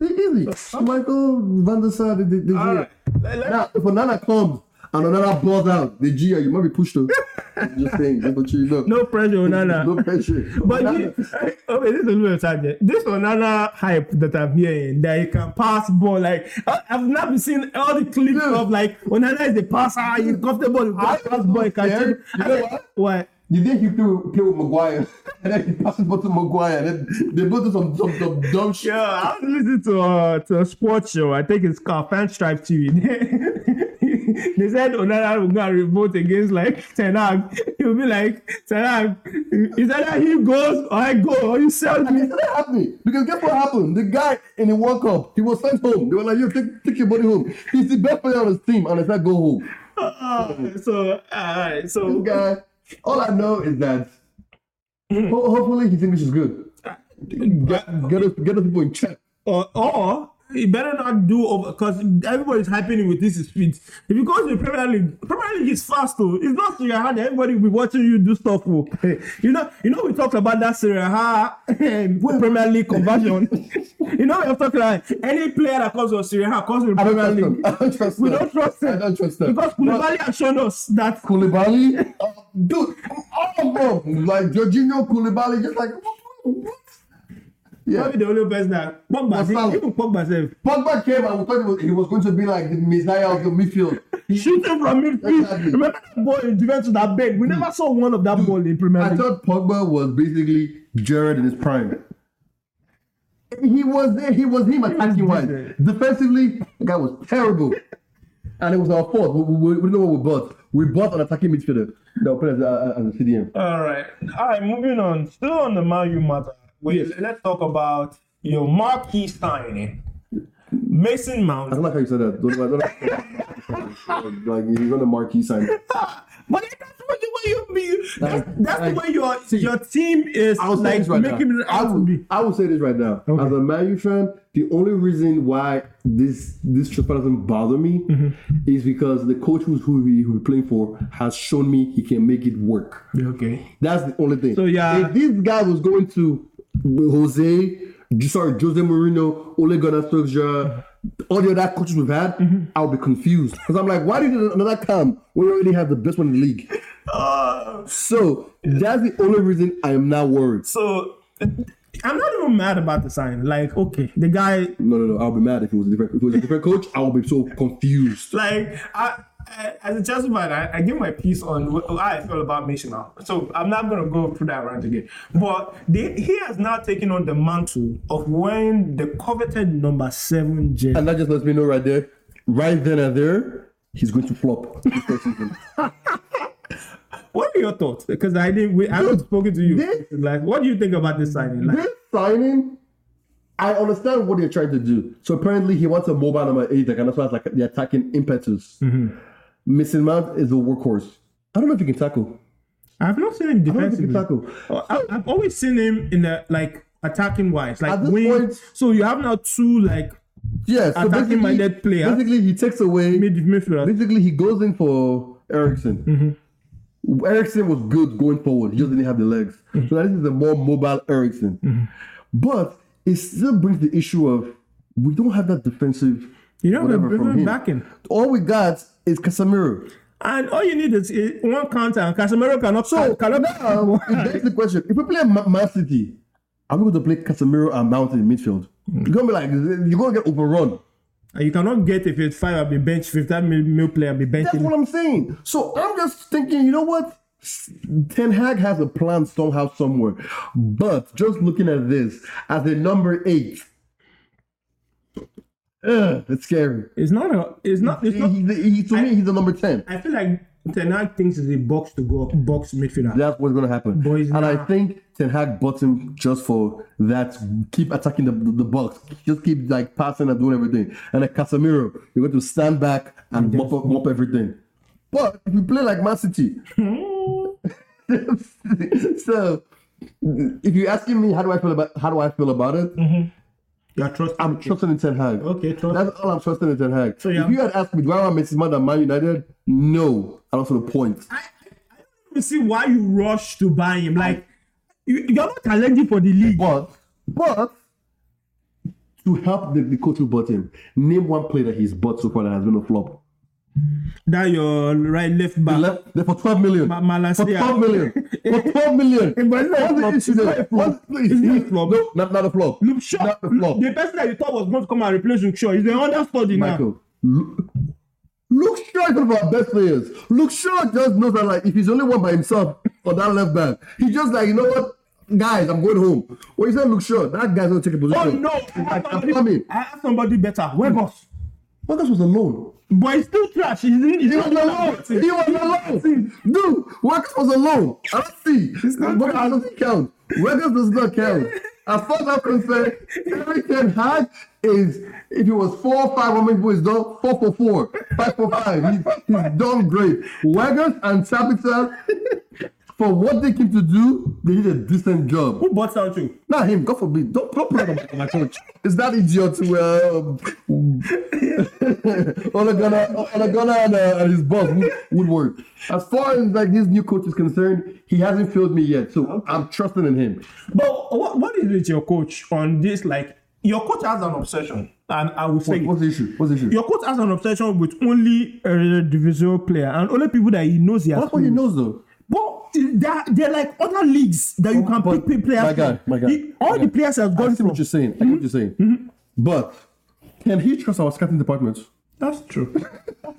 Speaker 1: They're Easy. Schmeichel, Van der Sar, the, the, the G.
Speaker 2: Alright, let- let-
Speaker 1: Now, if Onana comes and Onana balls out, the G, you might be pushed though. (laughs) I'm just saying, that's what you know.
Speaker 2: No pressure, Onana.
Speaker 1: No pressure.
Speaker 2: But
Speaker 1: Onana-
Speaker 2: you, okay, this is a little subject. This Onana hype that I'm hearing that he can pass ball. Like I, I've not been seen all the clips
Speaker 1: Dude.
Speaker 2: of like Onana is a passer. He's comfortable. He
Speaker 1: I
Speaker 2: can pass ball. He can
Speaker 1: scared.
Speaker 2: shoot.
Speaker 1: You
Speaker 2: I
Speaker 1: know
Speaker 2: said,
Speaker 1: what?
Speaker 2: What?
Speaker 1: You think he play with, play with Maguire, (laughs) and then he passes ball to Maguire, and then they both do some, some, some dumb shit.
Speaker 2: Yeah, I was listening to uh, to a sports show. I think it's called Fan Stripe TV. (laughs) they said Onana will go and revolt against like Tenag. He'll be like Tenag. Is that he goes or I go or you sell
Speaker 1: And
Speaker 2: me?
Speaker 1: it's not happening because guess what happened? The guy in the World Cup, he was sent home. They were like, "You take, take your body home." He's the best player on his team, and it's like, "Go home."
Speaker 2: Uh, so, all right.
Speaker 1: This
Speaker 2: So,
Speaker 1: guy. All I know is that
Speaker 2: Hmm.
Speaker 1: ho- hopefully his English is good. Get get us, get us people in check.
Speaker 2: or, or you better not do over because everybody's hyping it with this speed. If you go to the Premier League, Premier League is fast though. It's not Serie A. that Everybody will be watching you do stuff. oh. (laughs) You know, you know we talked about that Serie A (laughs) and Premier
Speaker 1: (laughs)
Speaker 2: League conversion. you know we're talking like any player that comes from Serie A comes from
Speaker 1: I don't
Speaker 2: Premier
Speaker 1: trust them.
Speaker 2: League.
Speaker 1: I don't trust
Speaker 2: We
Speaker 1: them.
Speaker 2: don't trust them.
Speaker 1: I don't trust them.
Speaker 2: Because Koulibaly has shown us that
Speaker 1: Koulibaly, uh, dude, all of them, like Jorginho Koulibaly, just like what? what? Yeah,
Speaker 2: probably the only person that Pogba,
Speaker 1: Marcelo.
Speaker 2: even Pogba said,
Speaker 1: Pogba came and we thought he was, he was going to be like the messiah of the midfield.
Speaker 2: shooting from midfield.
Speaker 1: Exactly.
Speaker 2: Remember that ball in Juventus that bent? We never saw one of that ball in Premier League.
Speaker 1: I thought Pogba was basically Jared in his prime. He was there. He was him attacking wise.
Speaker 2: decent.
Speaker 1: Defensively, the guy was terrible, and it was our fault. We, we, we know what we bought. We bought an attacking midfielder that will play as a, uh, as a CDM.
Speaker 2: All right. All right, moving on. Still on the Man U matter. Wait, let's talk about your marquee signing. Mason Mount.
Speaker 1: I don't like how you said that. Don't, don't, don't, (laughs) like you're gonna marquee sign.
Speaker 2: But that's what you, what you be. That's,
Speaker 1: Like-
Speaker 2: that's
Speaker 1: like-
Speaker 2: the way your
Speaker 1: see,
Speaker 2: your team is
Speaker 1: I will say
Speaker 2: like
Speaker 1: this right
Speaker 2: making
Speaker 1: now.
Speaker 2: it
Speaker 1: I
Speaker 2: out to
Speaker 1: will,
Speaker 2: be.
Speaker 1: I will say this right now.
Speaker 2: Okay.
Speaker 1: As a Man U fan, the only reason why this this transfer doesn't bother me
Speaker 2: Mm-hmm.
Speaker 1: is because the coach who's who we who we're playing for has shown me he can make it work.
Speaker 2: Okay.
Speaker 1: That's the only thing.
Speaker 2: So, yeah.
Speaker 1: if this guy was going to Jose, sorry, Jose Mourinho, Ole Gunnar Solskjaer,
Speaker 2: Mm-hmm.
Speaker 1: all the other coaches we've had, I would be confused because I'm like, why did another come? We already have the best one in the league.
Speaker 2: Uh,
Speaker 1: So that's the only reason I am not worried.
Speaker 2: so I'm not even mad about the sign. Like, okay, the guy
Speaker 1: No, no, no. I'll be mad if it was a different. If it was a different coach, I would be so confused.
Speaker 2: like I, I as a Chelsea fan, I, I give my piece on wh- how I feel about Mason now. So I'm not gonna go through that rant again. But they, he has now taken on the mantle of wearing the coveted number seven jersey.
Speaker 1: And that just lets me know right there, right then and there, he's going to flop. this first season.
Speaker 2: What are your thoughts? Because I didn't, we, I haven't spoken to you.
Speaker 1: this-
Speaker 2: like, what do you think about this signing? Like,
Speaker 1: this (laughs) signing, I understand what they're trying to do. So apparently, he wants a mobile number eight that can also has like the attacking impetus. Missing Mount is a workhorse. I don't know if he can tackle.
Speaker 2: I've not seen him
Speaker 1: I don't know if he
Speaker 2: defensively.
Speaker 1: can tackle.
Speaker 2: I, I've always seen him in the like attacking wise, like
Speaker 1: At this
Speaker 2: wing.
Speaker 1: point-
Speaker 2: so you have now two like
Speaker 1: Yeah, so
Speaker 2: Attacking
Speaker 1: basically,
Speaker 2: minded player.
Speaker 1: Basically, he takes away.
Speaker 2: mid midfielders.
Speaker 1: Basically, he goes in for Ericsson.
Speaker 2: Mm-hmm.
Speaker 1: Ericsson was good going forward. He just didn't have the legs. So now this is a more mobile Ericsson.
Speaker 2: Mm-hmm.
Speaker 1: But it still brings the issue of we don't have that defensive.
Speaker 2: You know,
Speaker 1: whatever
Speaker 2: we're,
Speaker 1: from
Speaker 2: we're
Speaker 1: him.
Speaker 2: backing.
Speaker 1: All we got is Casemiro.
Speaker 2: And all you need is eh, one counter, and Casemiro cannot.
Speaker 1: So
Speaker 2: cannot
Speaker 1: now it begs the question: If we play Ma- Man City, are we going to play Casemiro and Mount in midfield?
Speaker 2: Mm.
Speaker 1: You're gonna be like you're gonna get overrun.
Speaker 2: (laughs) And you cannot get if it's five and be benched, fifth that mil- mil player and be benched.
Speaker 1: That's what I'm saying. So I'm just thinking, you know what? Ten Hag has a plan somehow, somewhere. But just looking at this as a number eight, ugh, it's scary.
Speaker 2: It's not a. It's not. It's not.
Speaker 1: He- he- he- to me, he's a number ten.
Speaker 2: I feel like Ten Hag thinks it's a box to go box midfielder.
Speaker 1: That's what's gonna happen.
Speaker 2: Boys,
Speaker 1: and I
Speaker 2: nah.
Speaker 1: think Ten Hag bought him just for that. Keep attacking the, the, box. Just keep like passing and doing everything. And like Casemiro, you're going to stand back and mop up, mop everything. But if you play like Man
Speaker 2: (laughs)
Speaker 1: City, (laughs) so if you're asking me how do I feel about how do I feel about it,
Speaker 2: You're trusting.
Speaker 1: I'm trusting in Ten Hag.
Speaker 2: Mm-hmm. Okay, trust.
Speaker 1: That's all I'm trusting in Ten Hag.
Speaker 2: So, yeah.
Speaker 1: If you had asked me, do I want Messi Man than Man United? No, I don't see the point.
Speaker 2: I, I don't even see why you rush to buy him. Like you, you're not challenging for the league.
Speaker 1: But but to help the, the coach who bought him, name one player that he's bought so far that has been a flop.
Speaker 2: That your right left
Speaker 1: He
Speaker 2: back.
Speaker 1: left there for 12 million.
Speaker 2: Ma- Malasia.
Speaker 1: For 12
Speaker 2: (laughs)
Speaker 1: million. For 12 million.
Speaker 2: But it's not a
Speaker 1: What's the
Speaker 2: flop.
Speaker 1: issue
Speaker 2: It's
Speaker 1: there?
Speaker 2: not a
Speaker 1: What's the-
Speaker 2: flop. It's not a flop.
Speaker 1: No, not, not a flop.
Speaker 2: Look, Shaw.
Speaker 1: Not a flop.
Speaker 2: The person that you thought was going to come and replace Luke Shaw is the understudy now.
Speaker 1: Michael. Lu- Luke Shaw is one of our best players. Luke Shaw just knows that like if he's the only one by himself on that left back, he's just like, you know what? Guys, I'm going home. When you say Luke Shaw, that guy's gonna take a position.
Speaker 2: Oh no!
Speaker 1: I,
Speaker 2: I
Speaker 1: am coming.
Speaker 2: have somebody better. Webos.
Speaker 1: Marcus was alone.
Speaker 2: But he's still trash. He's, he's,
Speaker 1: He was alone. He was alone. Dude, Marcus was alone. I don't see. Marcus doesn't count. Marcus does not count. As far as I'm concerned, Eric Ten Hag is, if it was four, five, how many boys done? Four for four, five for five. He's, he's done great. Waggers and Sabitzer, for what they came to do, they did a decent job.
Speaker 2: Who bought Sancho?
Speaker 1: Not him, God forbid. Don't, don't put it on my coach. Is that idiot um, who, um, (laughs) Olagana, Olagana and, uh, and his boss Wood- Woodward. As far as like his new coach is concerned, he hasn't failed me yet, so I'm trusting in him.
Speaker 2: But what, what is with your coach on this? Like, your coach has an obsession, and I will say,
Speaker 1: What's the issue? What's the issue?
Speaker 2: your coach has an obsession with only a divisional player and only people that he knows he has.
Speaker 1: That's what he knows though.
Speaker 2: But they're, they're like other leagues that you can
Speaker 1: But-
Speaker 2: pick pick players.
Speaker 1: my God,
Speaker 2: from.
Speaker 1: my God,
Speaker 2: He- all
Speaker 1: my
Speaker 2: the
Speaker 1: God.
Speaker 2: players have
Speaker 1: I
Speaker 2: gone
Speaker 1: see
Speaker 2: through.
Speaker 1: what you're saying. I get what you're saying. But can he trust our scouting department? (laughs)
Speaker 2: That's true.
Speaker 1: Our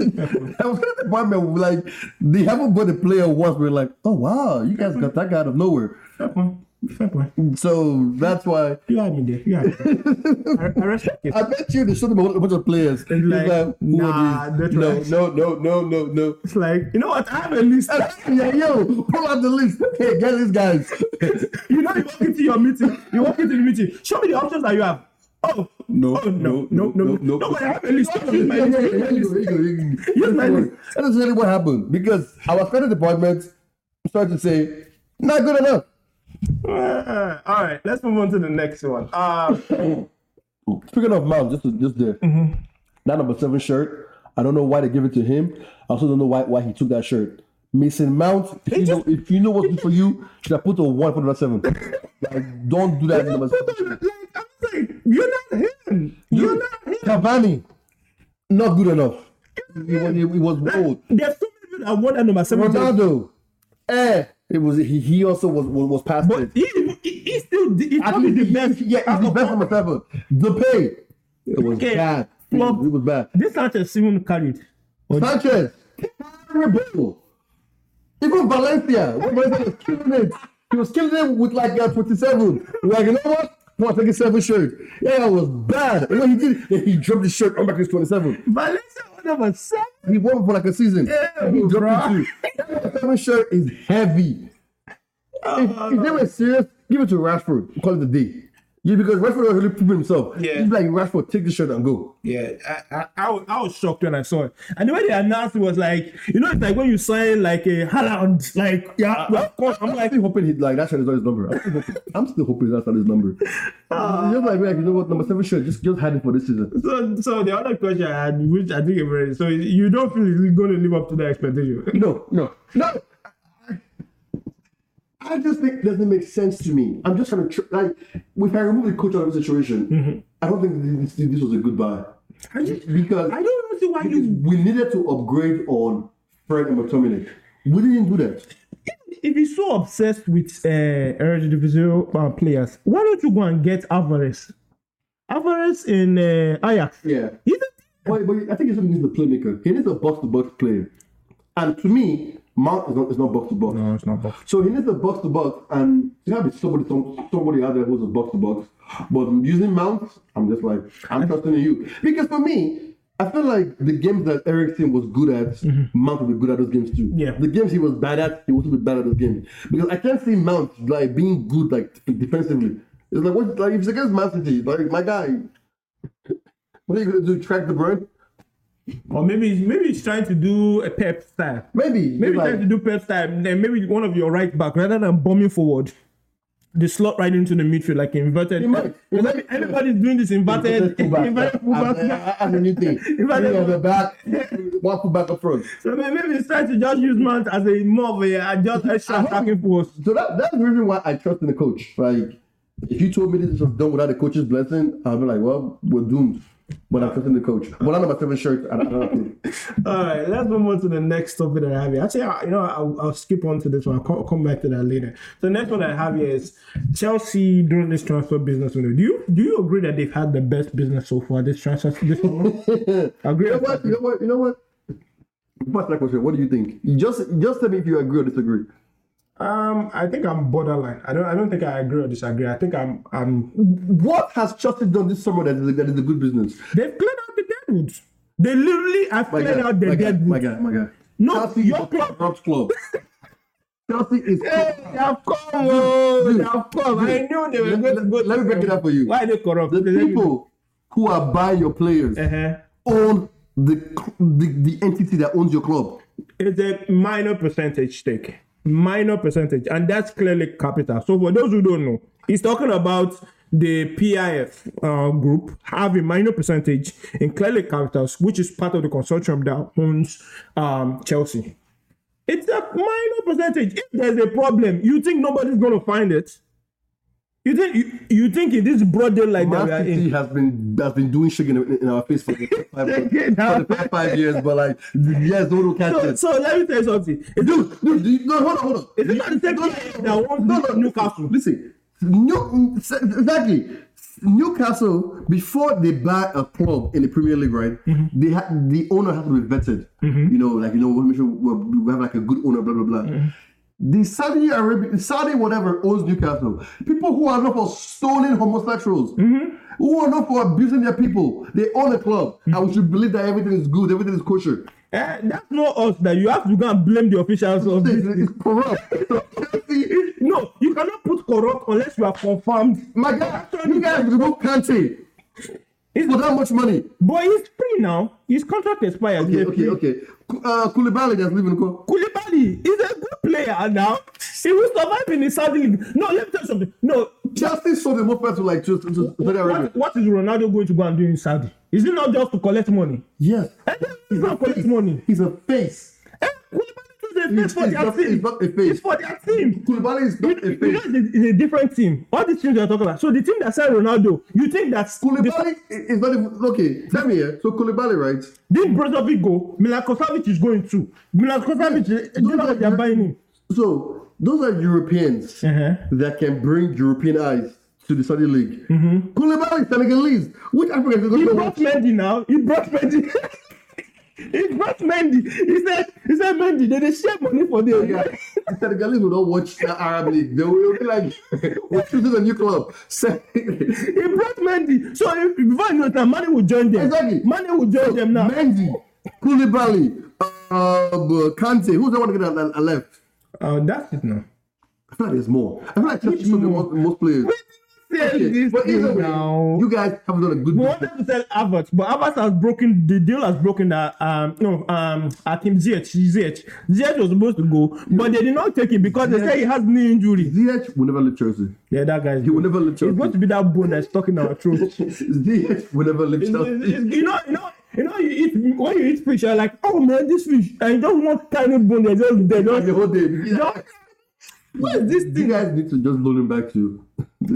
Speaker 1: scouting department, like, they haven't bought a player once. We're like, oh wow, you guys got that guy out of nowhere.
Speaker 2: Fair point. Fair point.
Speaker 1: So that's why
Speaker 2: You had me there. You had me there. I, I respect it.
Speaker 1: I bet you they showed him a whole bunch of players. He's uh,
Speaker 2: like,
Speaker 1: who are
Speaker 2: nah,
Speaker 1: these?
Speaker 2: that's
Speaker 1: no,
Speaker 2: right.
Speaker 1: no, no, no, no, (laughs) no.
Speaker 2: It's like, you know what? I have a list.
Speaker 1: yeah, yo, pull out the list. Hey, get these guys.
Speaker 2: you know, you walk into your meeting, you walk into the meeting. Show me the options that you have. Oh,
Speaker 1: No,
Speaker 2: oh, no, no, no, no, no, but I have a list. I have my
Speaker 3: Yeah, yeah,
Speaker 2: list.
Speaker 3: yeah, you go, you go, you go.
Speaker 2: Here's my list.
Speaker 1: That is really what happened because our credit department started to say, not good enough.
Speaker 2: Uh, all right, let's move on to the next one. Uh,
Speaker 1: Speaking of Miles, just just there.
Speaker 2: Mm-hmm.
Speaker 1: That number seven shirt. I don't know why they give it to him. I also don't know why why he took that shirt. Mason Mount, if you,
Speaker 2: just-
Speaker 1: know, if you know what's good for you, should have put a one for number seven. like, don't do that. in
Speaker 2: I
Speaker 1: Number
Speaker 2: was
Speaker 1: seven.
Speaker 2: like, you're not him. You're not him.
Speaker 1: Cavani, not good enough. He was, he was old.
Speaker 2: There's so many people that want that number seven. job.
Speaker 1: Ronaldo, eh? It was he. He also was was, was past
Speaker 2: But
Speaker 1: it.
Speaker 2: he, he, he still, he's
Speaker 1: At
Speaker 2: probably
Speaker 1: least
Speaker 2: the
Speaker 1: he-
Speaker 2: best.
Speaker 1: Yeah, he's the best number seven. The pay. It was
Speaker 2: Okay.
Speaker 1: bad. It
Speaker 2: Well-
Speaker 1: was, it was bad.
Speaker 2: This Sanchez Simon carried.
Speaker 1: Sanchez, Rebel, even Valencia. When Valencia was killing it. He was killing it with like uh, 27. Like, you know what? Come on, take a seven shirt. Yeah, it was bad. And what he did, he dropped his shirt on back to his 27.
Speaker 2: Valencia was number seven.
Speaker 1: He won for like a season.
Speaker 2: Yeah,
Speaker 1: he dropped
Speaker 2: bruh.
Speaker 1: it too. Seven shirt is heavy. If,
Speaker 2: Oh,
Speaker 1: if they were serious, give it to Rashford. Call it a day. Yeah, because Rashford was really proving himself.
Speaker 2: Yeah.
Speaker 1: He's like, Rashford, take the shirt and go.
Speaker 2: Yeah, I, I, I, was, I was shocked when I saw it. And the way they announced it was like, you know, it's like when you sign like a Haaland, like, yeah, well, Uh, of course, I'm like,
Speaker 1: I'm still hoping he like that shirt is not his number. I'm still hoping, I'm still hoping that's not his number.
Speaker 2: Uh,
Speaker 1: just like, like, you know what, number seven shirt, just just had it for this season.
Speaker 2: So, so the other question I had, which I think is very, so you don't feel it's going to live up to the expectation.
Speaker 1: No, no, no. I just think it doesn't make sense to me. I'm just trying to tr- like if I remove the coach out of the situation, I don't think this, this was a good buy
Speaker 2: Mm-hmm. I, just,
Speaker 1: because
Speaker 2: I don't know see why
Speaker 1: because
Speaker 2: you,
Speaker 1: we needed to upgrade on Fred and McTominay. We didn't do that.
Speaker 2: if you're so obsessed with uh, Eredivisie uh, players, why don't you go and get Alvarez? Alvarez in uh, Ajax.
Speaker 1: Yeah.
Speaker 2: He's a-
Speaker 1: But, but I think he needs a playmaker. He needs a box to box player. And to me, Mount is not is not box to box.
Speaker 2: No, it's not.
Speaker 1: So he needs a box to box, and you have somebody, some, somebody out there who's a box to box. But using Mount, I'm just like, I'm trusting in you because for me, I feel like the games that Ericsson was good at, Mount will be good at those games too.
Speaker 2: Mm-hmm. Yeah.
Speaker 1: The games he was bad at, he will also be bad at those games because I can't see Mount like being good like defensively. It's like what like if it's against Man City, like my guy, (laughs) what are you gonna do? Track the burn?
Speaker 2: Or maybe maybe he's trying to do a Pep style.
Speaker 1: Maybe
Speaker 2: Maybe
Speaker 1: like,
Speaker 2: trying to do Pep style. Then maybe one of your right back rather than bombing forward. They slot right into the midfield like inverted.
Speaker 1: He might. He
Speaker 2: Because
Speaker 1: might.
Speaker 2: everybody's doing this inverted,
Speaker 1: Full back.
Speaker 2: (laughs)
Speaker 1: (laughs)
Speaker 2: inverted fullback.
Speaker 1: As- as- as a new (laughs) thing.
Speaker 2: fact,
Speaker 1: Three on the back, one full back up front.
Speaker 2: So may- maybe it's time to just use Mount as a more of a a just extra
Speaker 1: hope-
Speaker 2: attacking force.
Speaker 1: So that, that's the reason why I trust in the coach. Like, if you told me this was done without the coach's blessing, I'd be like, well, we're doomed. But I'm trusting the coach. Well, I'm my seven shirt. I don't, I don't think.
Speaker 2: All right, let's move on to the next topic that I have here. Actually, I, you know, I'll, I'll skip on to this one. I'll co- come back to that later. So the next one I have here is Chelsea during this transfer business window. Do you do you agree that they've had the best business so far this transfer
Speaker 1: (laughs)
Speaker 2: this one? agree?
Speaker 1: (laughs) You know
Speaker 2: with
Speaker 1: what?
Speaker 2: that?
Speaker 1: You know what? You know what? Before I start that question, what do you think? You Just, just tell me if you agree or disagree.
Speaker 2: Um, I think I'm borderline. I don't. I don't think I agree or disagree. I think I'm. I'm.
Speaker 1: What has Chelsea done this summer that is, that is a good business?
Speaker 2: They've cleared out the deadwood. They literally have
Speaker 1: My
Speaker 2: cleared
Speaker 1: guy,
Speaker 2: out the
Speaker 1: my guy,
Speaker 2: deadwood.
Speaker 1: my guy, my guy.
Speaker 2: No,
Speaker 1: Chelsea
Speaker 2: your
Speaker 1: is a
Speaker 2: club.
Speaker 1: corrupt club. Chelsea is corrupt.
Speaker 2: They have come, oh,
Speaker 1: Dude,
Speaker 2: they have come. I
Speaker 1: dude,
Speaker 2: knew they were
Speaker 1: let-
Speaker 2: going to go.
Speaker 1: let- let me break it up for you.
Speaker 2: Why are they corrupt?
Speaker 1: The people who are buying your players
Speaker 2: Uh-huh.
Speaker 1: own the, cl- the the entity that owns your club.
Speaker 2: It's a minor percentage stake. Minor percentage, and that's clearly capital. So for those who don't know, he's talking about the PIF uh, group have a minor percentage in clearly capitals, which is part of the consortium that owns um, Chelsea. It's a minor percentage. If there's a problem, you think nobody's going to find it? You think you, you think in this broad daylight
Speaker 1: Man
Speaker 2: that we are in?
Speaker 1: City has been has been doing shit in, in our face for the
Speaker 2: (laughs)
Speaker 1: past five,
Speaker 2: Check it out.
Speaker 1: for the past five years, but like yes, no, no, catch
Speaker 2: So,
Speaker 1: it.
Speaker 2: so let me tell you something. It's
Speaker 1: Dude, dude, do you- no, hold on, hold on.
Speaker 2: Is it not the same
Speaker 1: No, no,
Speaker 2: thing
Speaker 1: no,
Speaker 2: that wants
Speaker 1: no, no,
Speaker 2: Newcastle?
Speaker 1: Listen, New, exactly. Newcastle before they buy a club in the Premier League, right?
Speaker 2: Mm-hmm.
Speaker 1: They ha- the owner has to be vetted. You know, like you know, we make sure we we have like a good owner, blah blah blah.
Speaker 2: Mm-hmm.
Speaker 1: The Saudi Arabia, Saudi whatever owns Newcastle. People who are not for stoning homosexuals,
Speaker 2: Mm-hmm.
Speaker 1: who are not for abusing their people, they own a club, and we should believe that everything is good, everything is kosher.
Speaker 2: Eh, that's not us that you have to go and blame the officials of
Speaker 1: It's,
Speaker 2: this.
Speaker 1: it's corrupt. So, Chelsea-
Speaker 2: No, you cannot put corrupt unless you are confirmed.
Speaker 1: My God, you guys remove Kante.
Speaker 2: It's-
Speaker 1: For that much money.
Speaker 2: but he's free now. His contract expired.
Speaker 1: Okay,
Speaker 2: He's
Speaker 1: okay,
Speaker 2: free.
Speaker 1: okay. Ku- Uh, Koulibaly that's leaving. Go.
Speaker 2: Koulibaly is a good player now. He will survive in the Saudi League. No, let me tell you something. No,
Speaker 1: Chelsea sold him off to like to, to, to Saudi Arabia.
Speaker 2: what, what is Ronaldo going to go and do in Saudi? Is it not just to collect money?
Speaker 1: Yes.
Speaker 2: And then he's not collect money.
Speaker 1: He's a face.
Speaker 2: And Koulibaly is a face
Speaker 1: He's,
Speaker 2: for
Speaker 1: he's
Speaker 2: their
Speaker 1: not, he's
Speaker 2: team.
Speaker 1: not a
Speaker 2: It's
Speaker 1: face.
Speaker 2: for their team.
Speaker 1: Koulibaly is
Speaker 2: You,
Speaker 1: not a
Speaker 2: you know,
Speaker 1: face.
Speaker 2: it's, a, it's a different team. All these teams you're talking about. So the team that signed Ronaldo, you think that
Speaker 1: Koulibaly is not even okay. Tell me here. So Koulibaly, right?
Speaker 2: This Brozovic go, Milan Kosavic is going too. Milan Kosavic, do you know what they're buying him?
Speaker 1: So those are Europeans
Speaker 2: Uh-huh.
Speaker 1: that can bring European eyes to the Saudi league. Koulibaly is Senegalese. Which African is
Speaker 2: Mm-hmm. He
Speaker 1: going to
Speaker 2: brought Mendy now. He brought Mendy. (laughs) he brought Mendy. He said, he said Mendy, they, they share money for the
Speaker 1: Yeah. The Senegalese will not watch the Arab League. They will be like, (laughs) we're choosing a new club. (laughs) Se-
Speaker 2: (laughs) He brought Mendy. So if, before you know it, now Mane will join them.
Speaker 1: Exactly.
Speaker 2: Mane will join them now.
Speaker 1: Mendy, Koulibaly, um, uh, Kante. Who's the one that I- I left?
Speaker 2: Oh, that's it now.
Speaker 1: I feel like there's more. I feel like Chelsea should be
Speaker 2: more?
Speaker 1: most, most players. Okay,
Speaker 2: This
Speaker 1: But either
Speaker 2: thing
Speaker 1: way,
Speaker 2: now.
Speaker 1: you guys have done a good
Speaker 2: We
Speaker 1: job.
Speaker 2: wanted to sell Havertz, but Havertz has broken the deal. Has broken that um no um Akim Ziyech Ziyech Ziyech was supposed to go, but they did not take him because they say he has knee injury.
Speaker 1: Ziyech will never leave Chelsea.
Speaker 2: Yeah, that guy's
Speaker 1: He will never leave
Speaker 2: It's
Speaker 1: Chelsea.
Speaker 2: going to be that bone that's stuck in our throat. It's-
Speaker 1: Ziyech will never leave
Speaker 2: it's-
Speaker 1: Chelsea.
Speaker 2: it's- you know, you know, you know, you eat when you eat fish, you're like, oh man, this fish. I don't want tiny bone. They just
Speaker 1: The (laughs)
Speaker 2: they don't.
Speaker 1: whole day.
Speaker 2: don't- What is this
Speaker 1: You
Speaker 2: thing? (laughs)
Speaker 1: guys need to just loan him back to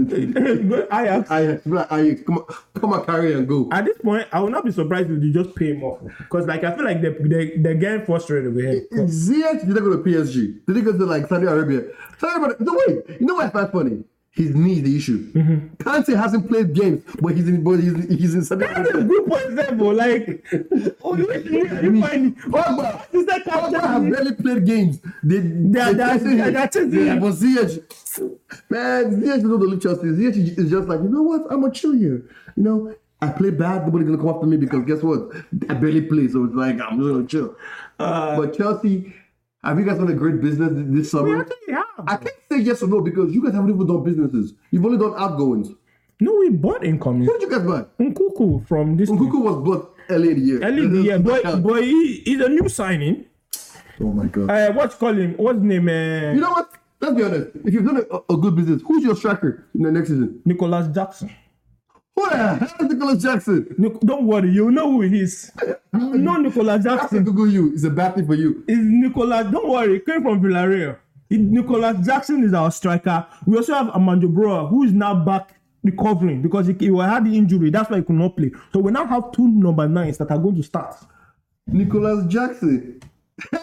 Speaker 2: Go Ajax.
Speaker 1: Ajax. Be like, Ajax, come on, come on, carry and go.
Speaker 2: At this point, I will not be surprised if they just pay him off because, like, I feel like they they they're getting frustrated with him.
Speaker 1: If Ziyech did not go to PSG, did he go to like Saudi Arabia? Saudi Arabia, no way. You know what I find funny? His knee is the issue.
Speaker 2: Mm-hmm.
Speaker 1: Kante hasn't played games, but he's in, but he's, he's in Saudi
Speaker 2: That's a
Speaker 1: Arabia.
Speaker 2: good point, level. Like, (laughs) oh, you you find
Speaker 1: Pogba,
Speaker 2: Is that
Speaker 1: Pogba have
Speaker 2: captain?
Speaker 1: barely played games. They, they,
Speaker 2: are- they are-
Speaker 1: chasing him.
Speaker 2: they are chasing
Speaker 1: Yeah,
Speaker 2: him.
Speaker 1: But Ziyech, man, Ziyech is not the leave Chelsea. Ziyech is- is just like, you know what? I'm gonna chill here. You know, I play bad. Nobody's gonna come after me because guess what? I barely play, so it's like I'm just gonna chill.
Speaker 2: Uh,
Speaker 1: but Chelsea, have you guys done a great business th- this
Speaker 2: we
Speaker 1: summer?
Speaker 2: actually have.
Speaker 1: I can't say yes or no because you guys haven't even done businesses. You've only done outgoings.
Speaker 2: No, we bought incoming.
Speaker 1: What did you guys buy?
Speaker 2: Nkuku from this
Speaker 1: Kuku was bought early in the year.
Speaker 2: early in the year, boy, boy, he, he's a new signing.
Speaker 1: Oh my god.
Speaker 2: Uh, what's call him? What's his name? Uh,
Speaker 1: You know what? Let's be honest. If you've done a, a good business, who's your striker in the next season?
Speaker 2: Nicholas Jackson.
Speaker 1: Who the hell is Nicholas Jackson?
Speaker 2: Nic- don't worry, you know who he (laughs) is. no, Nicholas
Speaker 1: That's to
Speaker 2: Jackson
Speaker 1: Google you. It's a bad thing for you.
Speaker 2: is Nicholas. Don't worry, he came from Villarreal. He- Nicholas Jackson is our striker. We also have Amando Broa, who is now back recovering because he, he had the injury. That's why he could not play. So we now have two number nines that are going to start.
Speaker 1: Nicholas Jackson. (laughs)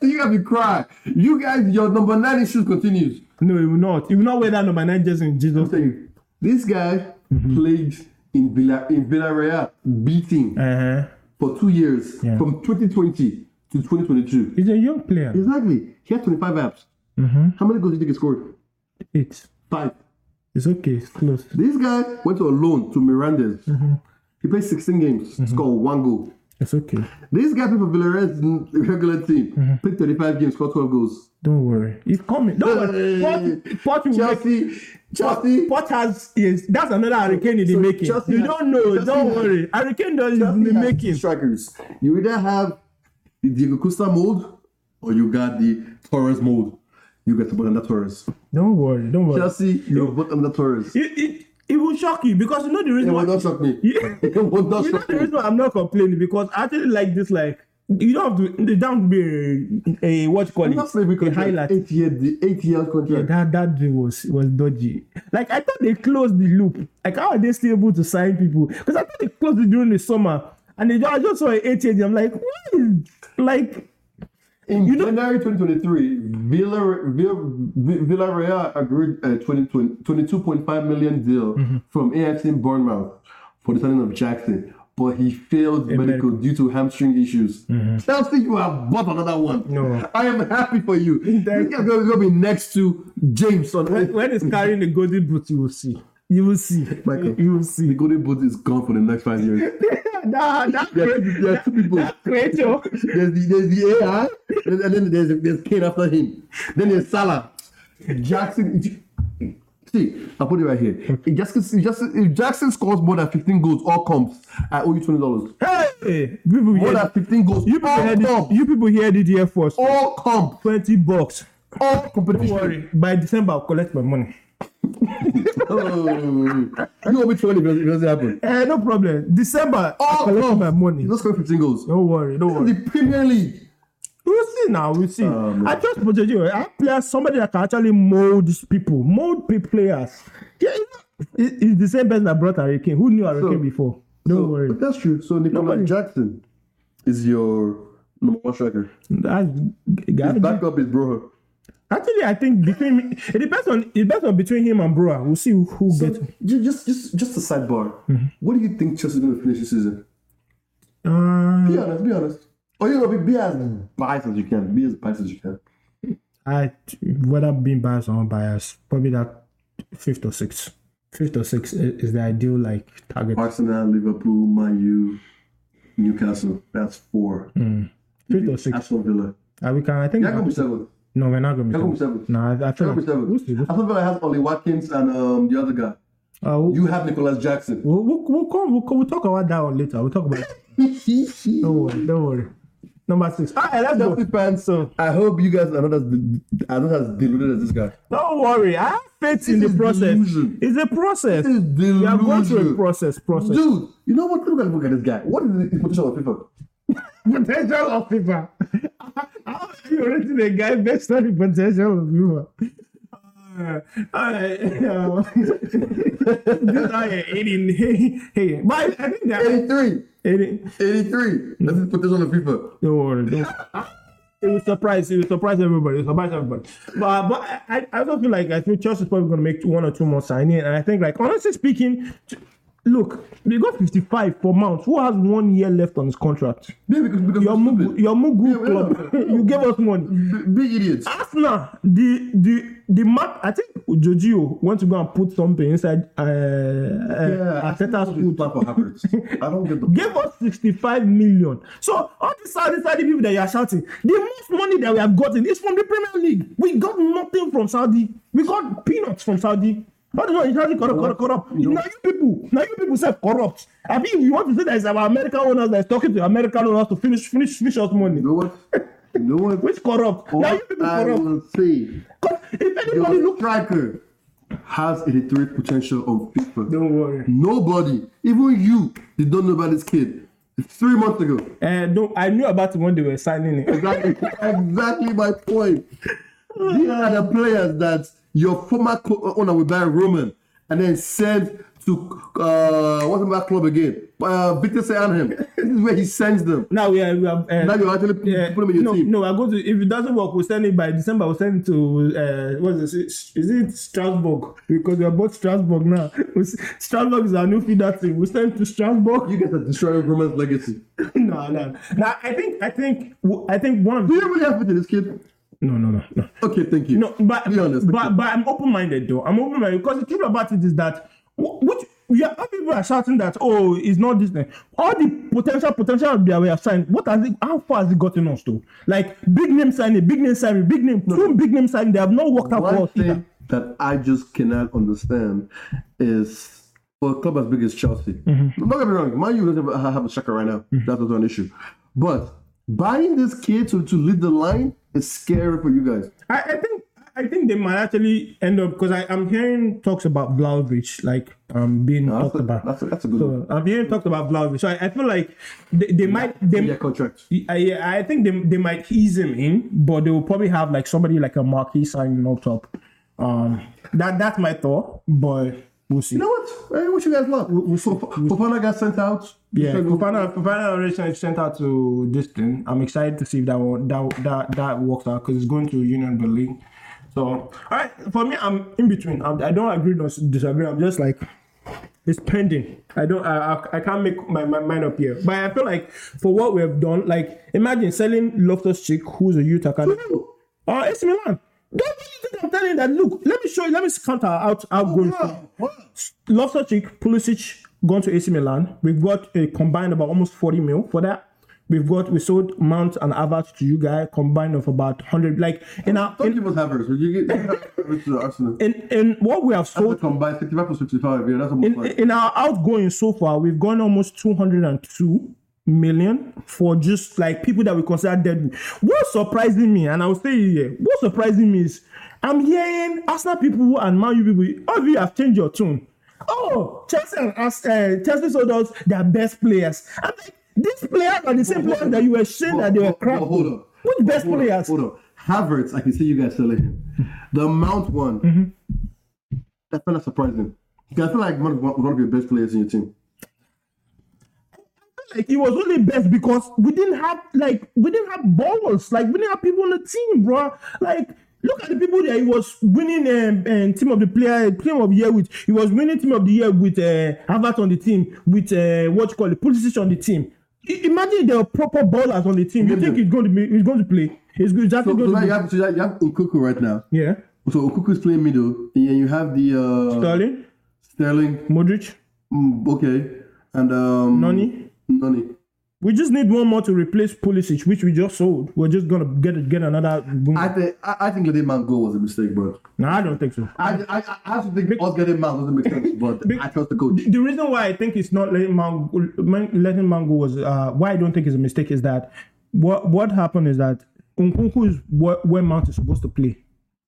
Speaker 1: you have to cry. You guys, your number nine issues continues.
Speaker 2: No, he will not. He will not wear that number nine jersey in Jesus.
Speaker 1: Tell you, This guy
Speaker 2: Mm-hmm.
Speaker 1: played in Villa in Villarreal, beating
Speaker 2: Uh-huh.
Speaker 1: for two years
Speaker 2: Yeah.
Speaker 1: from 2020 to 2022.
Speaker 2: He's a young player.
Speaker 1: Exactly. He had 25 apps.
Speaker 2: Mm-hmm.
Speaker 1: How many goals do you think he scored?
Speaker 2: Eight.
Speaker 1: Five.
Speaker 2: It's okay. It's close.
Speaker 1: This guy went on loan to Mirandes.
Speaker 2: Mm-hmm.
Speaker 1: He played 16 games, scored one goal.
Speaker 2: It's okay.
Speaker 1: This guy played for Villarreal's n- regular team,
Speaker 2: Mm-hmm.
Speaker 1: played 35 games, scored 12 goals.
Speaker 2: Don't worry. It's coming. Don't worry. Pot, pot will make
Speaker 1: Chelsea, Chelsea,
Speaker 2: Pot has is that's another hurricane in the
Speaker 1: So
Speaker 2: making.
Speaker 1: Chelsea
Speaker 2: you
Speaker 1: has-
Speaker 2: don't know.
Speaker 1: Chelsea
Speaker 2: don't
Speaker 1: has-
Speaker 2: worry. Hurricane does is in the
Speaker 1: Chelsea has two
Speaker 2: making.
Speaker 1: strikers. You either have the Diego Costa mold or you got the Torres mold. You got to put under Torres.
Speaker 2: Don't worry. Don't worry.
Speaker 1: Chelsea, you put under Torres.
Speaker 2: it, it, it will shock you because you know the
Speaker 1: It
Speaker 2: reason why.
Speaker 1: will not shock me.
Speaker 2: Yeah.
Speaker 1: (laughs) It will not
Speaker 2: (laughs) you know
Speaker 1: shock
Speaker 2: the
Speaker 1: me.
Speaker 2: reason why I'm not complaining because I actually like this. Like you don't have to. They don't be a, a what you call
Speaker 1: Not slavery
Speaker 2: it. A
Speaker 1: contract.
Speaker 2: highlight.
Speaker 1: Eight year, the eight year contract.
Speaker 2: That that deal was was dodgy. Like I thought they closed the loop. Like how are they still able to sign people? Because I thought they closed it during the summer, and they just, I just saw an eight years. I'm like, what? Is, like
Speaker 1: In
Speaker 2: know-
Speaker 1: January 2023, Villar- Vill- Vill- Villarreal agreed a 20 22.5 million deal
Speaker 2: Mm-hmm.
Speaker 1: from AFC Bournemouth for the signing of Jackson, but he failed medical, due to hamstring issues. Chelsea, you have bought another one.
Speaker 2: Mm-hmm. No.
Speaker 1: I am happy for you.
Speaker 2: Thank-
Speaker 1: This guy's going to be next to James on
Speaker 2: when, when he's carrying the golden boot, you will see. You will see.
Speaker 1: Michael.
Speaker 2: You will see.
Speaker 1: The golden boot is gone for the next five years.
Speaker 2: nah, that,
Speaker 1: There are two- there are two people.
Speaker 2: (laughs) creature.
Speaker 1: There's the, there's the AI, and and then there's, there's Kane after him. Then there's Salah. Jackson. See, I put it right here. If Jackson, if Jackson, if Jackson scores more than 15 goals, all comps, I owe you $20.
Speaker 2: Hey, people
Speaker 1: More
Speaker 2: hear
Speaker 1: than 15 goals,
Speaker 2: you people
Speaker 1: all
Speaker 2: hear the,
Speaker 1: comps.
Speaker 2: you people hear the DF first.
Speaker 1: All comp.
Speaker 2: Twenty bucks.
Speaker 1: All competition. (laughs)
Speaker 2: Sorry. By December, I'll collect my money.
Speaker 1: Oh, you owe me 20 if it doesn't- if it doesn't happen.
Speaker 2: Eh, no problem. December, I'll
Speaker 1: All
Speaker 2: collect
Speaker 1: comps.
Speaker 2: my money.
Speaker 1: He's not scoring 15 goals.
Speaker 2: Don't worry, don't worry. Oh,
Speaker 1: The Premier League.
Speaker 2: We'll see now. We'll see. I just project you. I play as somebody that can actually mold these people, mold pe- players. Yeah, it's, it's the same person that brought Harry Kane. Who knew Harry
Speaker 1: So-
Speaker 2: Kane before? Don't
Speaker 1: So,
Speaker 2: worry.
Speaker 1: but That's true. So Nicola
Speaker 2: Nobody-
Speaker 1: Jackson is your number one striker.
Speaker 2: That's
Speaker 1: His
Speaker 2: Gary.
Speaker 1: backup is Broha.
Speaker 2: Actually, I think between it depends on it depends on between him and Broa. We'll see who, who gets.
Speaker 1: Ju- Just, just, just a sidebar.
Speaker 2: Mm-hmm.
Speaker 1: What do you think Chelsea's going to finish this season?
Speaker 2: Uh,
Speaker 1: Be honest. Be honest. Or you know, be, be as biased as you can. Be as biased as you can.
Speaker 2: I whether being biased or unbiased, probably that fifth or sixth. Fifth or sixth i- is the ideal like target.
Speaker 1: Arsenal, Liverpool, Man U, Newcastle. That's four.
Speaker 2: Mm-hmm. Fifth or sixth.
Speaker 1: Aston Villa.
Speaker 2: Uh, we can. I think.
Speaker 1: Yeah, gonna be seven.
Speaker 2: no, we're not gonna
Speaker 1: Yeah, gonna
Speaker 2: be.
Speaker 1: be seven.
Speaker 2: No, I, I feel
Speaker 1: Gonna
Speaker 2: like
Speaker 1: be seven.
Speaker 2: We'll see, we'll
Speaker 1: Aston Villa has Ollie Watkins and um, the other guy.
Speaker 2: Uh, we'll,
Speaker 1: You have Nicolas
Speaker 2: (laughs)
Speaker 1: Jackson.
Speaker 2: we'll, we'll, we'll, come, we'll, come, we'll talk about that one later. We'll talk about it. Don't worry. Don't worry. Number six. All right, let's go.
Speaker 1: Chelsea fans, I hope you guys are not as, are not as deluded as this guy.
Speaker 2: Don't worry. I have faith in the
Speaker 1: This is
Speaker 2: process.
Speaker 1: delusion.
Speaker 2: It's a process.
Speaker 1: This is
Speaker 2: We are going through a
Speaker 1: delusion.
Speaker 2: process. Process.
Speaker 1: Dude, you know what? Look at look at this guy. What is the potential of FIFA?
Speaker 2: potential of FIFA. How are you rating a guy based on the potential of FIFA? Uh, alright, uh, this guy eh, is 18. Hey, hey, eh, but I think that eh,
Speaker 1: 83.
Speaker 2: 18.
Speaker 1: 83. That's the potential of FIFA.
Speaker 2: Don't worry. Don't. It will surprise. It will surprise everybody. It will surprise everybody. But but I- I I also feel like I think Chelsea's probably going to make one or two more signing, and I think like honestly speaking, t- look, they got fifty five for Mount, who has one year left on his contract.
Speaker 1: Yeah, because, because
Speaker 2: Your
Speaker 1: we're
Speaker 2: Mugu,
Speaker 1: stupid.
Speaker 2: your Mugu
Speaker 1: Yeah,
Speaker 2: club,
Speaker 1: yeah.
Speaker 2: (laughs) you gave us money.
Speaker 1: B- big
Speaker 2: Uh,
Speaker 1: idiots.
Speaker 2: Arsenal, the the the map. I think Jojo want to go and put something inside. Uh,
Speaker 1: Yeah,
Speaker 2: uh,
Speaker 1: I think
Speaker 2: Arteta's
Speaker 1: that's
Speaker 2: food.
Speaker 1: plan for Havertz. I don't
Speaker 2: (laughs)
Speaker 1: get the
Speaker 2: gave us 65 million. So all the Saudi Saudi people that you are shouting, the most money that we have gotten is from the Premier League. We got nothing from Saudi. We got peanuts from Saudi. How do you know in Saudi corrupt, corrupt, corrupt?
Speaker 1: You know-
Speaker 2: Now you people, now you people say corrupt. I mean, you want to say that it's our American owners that is talking to American owners to finish, finish, finish us money.
Speaker 1: You know what? You know what?
Speaker 2: Which corrupt? now you
Speaker 1: What
Speaker 2: people
Speaker 1: Oh, I
Speaker 2: corrupt.
Speaker 1: will say,
Speaker 2: 'Cause If anybody
Speaker 1: your
Speaker 2: look,
Speaker 1: striker has 83 potential of FIFA.
Speaker 2: don't worry.
Speaker 1: Nobody, even you, you don't know about this kid. Three months ago.
Speaker 2: Uh, no, I knew about it when they were signing it.
Speaker 1: Exactly, exactly my point. These are the players that your former co- owner will buy Roman and then send to uh, what's my club again? Uh, Victor Sayanham. This is where he sends them.
Speaker 2: Now we are, we are uh,
Speaker 1: Now you're actually p-
Speaker 2: Yeah,
Speaker 1: putting them in your
Speaker 2: no,
Speaker 1: team.
Speaker 2: no, I go to if it doesn't work, we'll send it by December. We'll send it to uh, what is it? Is it Strasbourg? Because we are both Strasbourg now. (laughs) We'll s- Strasbourg is our new feeder team. We'll send it to Strasbourg. (laughs)
Speaker 1: You guys are destroying Roman's legacy. Do
Speaker 2: no, no, no. I think, I think, I think one of
Speaker 1: you really have faith in this kid?
Speaker 2: no, no, no, no.
Speaker 1: Okay, thank you.
Speaker 2: No, but
Speaker 1: Be honest,
Speaker 2: but, but I'm open minded though. I'm open minded because the truth about it is that wh- which yeah, how people are shouting that oh it's not this thing. All the potential potential that we have signed. What has it? How far has it gotten us to? Like big name signing, big name signing, big name, two big name signing. They have not worked out for
Speaker 1: One
Speaker 2: us. either.
Speaker 1: thing that I just cannot understand is for a club as big as Chelsea.
Speaker 2: Mm-hmm.
Speaker 1: Don't get me wrong, Man U doesn't have- have a striker right now. That's not an issue. But buying this kid to, to lead the line is scary for you guys.
Speaker 2: I, I think I think they might actually end up because I'm hearing talks about Vlaovic like um being
Speaker 1: That's
Speaker 2: talked
Speaker 1: a,
Speaker 2: about.
Speaker 1: that's a, that's a good
Speaker 2: so I'm hearing talked about Vlaovic. So I, I feel like they, they might they
Speaker 1: yeah, contract.
Speaker 2: I, yeah, I think they, they might ease him in, but they will probably have like somebody like a marquee signing up top. Um, that that's my thought, but we'll see.
Speaker 1: You know what? I wish you guys luck. Fofana got sent out.
Speaker 2: yeah,
Speaker 1: Should we-
Speaker 2: Fofana Fofana already sent sent out to this thing. I'm excited to see if that one, that that that works out because it's going to Union Berlin. So, all right, for me, I'm in between. I'm, I don't agree nor disagree. I'm just like it's pending. I don't. I, I, I can't make my, my mind up here. But I feel like for what we have done, like imagine selling Loftus Cheek, who's a youth academy. Oh, AC Milan. Don't you think I'm telling you that? Look, let me show you. Let me count our out outgoing. Loftus Cheek, Pulisic, gone to AC Milan. We've got a combined about almost 40 mil for that. We've got we sold Mount and Havertz to you guys combined of about hundred. Like in our
Speaker 1: Don't give us Havertz. You get Havertz to Arsenal.
Speaker 2: in in (laughs) what we have
Speaker 1: That's a
Speaker 2: sold
Speaker 1: combined 55 plus 55. Yeah, that's almost
Speaker 2: in,
Speaker 1: like.
Speaker 2: in our outgoing so far, we've gone almost 202 million for just like people that we consider dead. What's surprising me, and I'll say it here, what's surprising me is I'm hearing Arsenal people and Man U people, all of you have changed your tune. Oh, Chelsea and Ars- uh, Chelsea sold out their best players. I'm like, these players are the same players that you were saying that they were
Speaker 1: But- but
Speaker 2: crap.
Speaker 1: Hold on.
Speaker 2: Which best
Speaker 1: Hold on,
Speaker 2: players?
Speaker 1: Hold on. Havertz, I can see you guys selling him. The Mount one.
Speaker 2: Mm-hmm.
Speaker 1: That felt surprising. Because I feel like one of, one of your best players in your team.
Speaker 2: like it was only best because we didn't have like we didn't have balls like we didn't have people on the team bro like look at the people that he was winning um, um, team of the player team of the year with he was winning team of the year with uh, Havertz on the team with uh, what you call it Pulisic on the team I- imagine if there were proper ballers on the team you think he's going to be he's going to play he's going, he's actually
Speaker 1: So, so
Speaker 2: going
Speaker 1: now
Speaker 2: to
Speaker 1: you
Speaker 2: be,
Speaker 1: have, so you have- you have Okuku right now.
Speaker 2: yeah
Speaker 1: So Okuku's playing middle. And you have the uh,
Speaker 2: Sterling
Speaker 1: Sterling.
Speaker 2: Modric
Speaker 1: Mm, okay. And um,
Speaker 2: Nani
Speaker 1: Nani.
Speaker 2: we just need one more to replace Pulisic which we just sold we're just gonna get get another
Speaker 1: I
Speaker 2: I,
Speaker 1: think I, I think letting Mount go was a mistake, but
Speaker 2: no I don't think so
Speaker 1: I I, I, I also think us getting Mount doesn't make sense. But I trust the coach.
Speaker 2: the reason why I think it's not letting man man- letting man go was uh, why I don't think it's a mistake is that what what happened is that Nkunku is where, where Mount is supposed to play.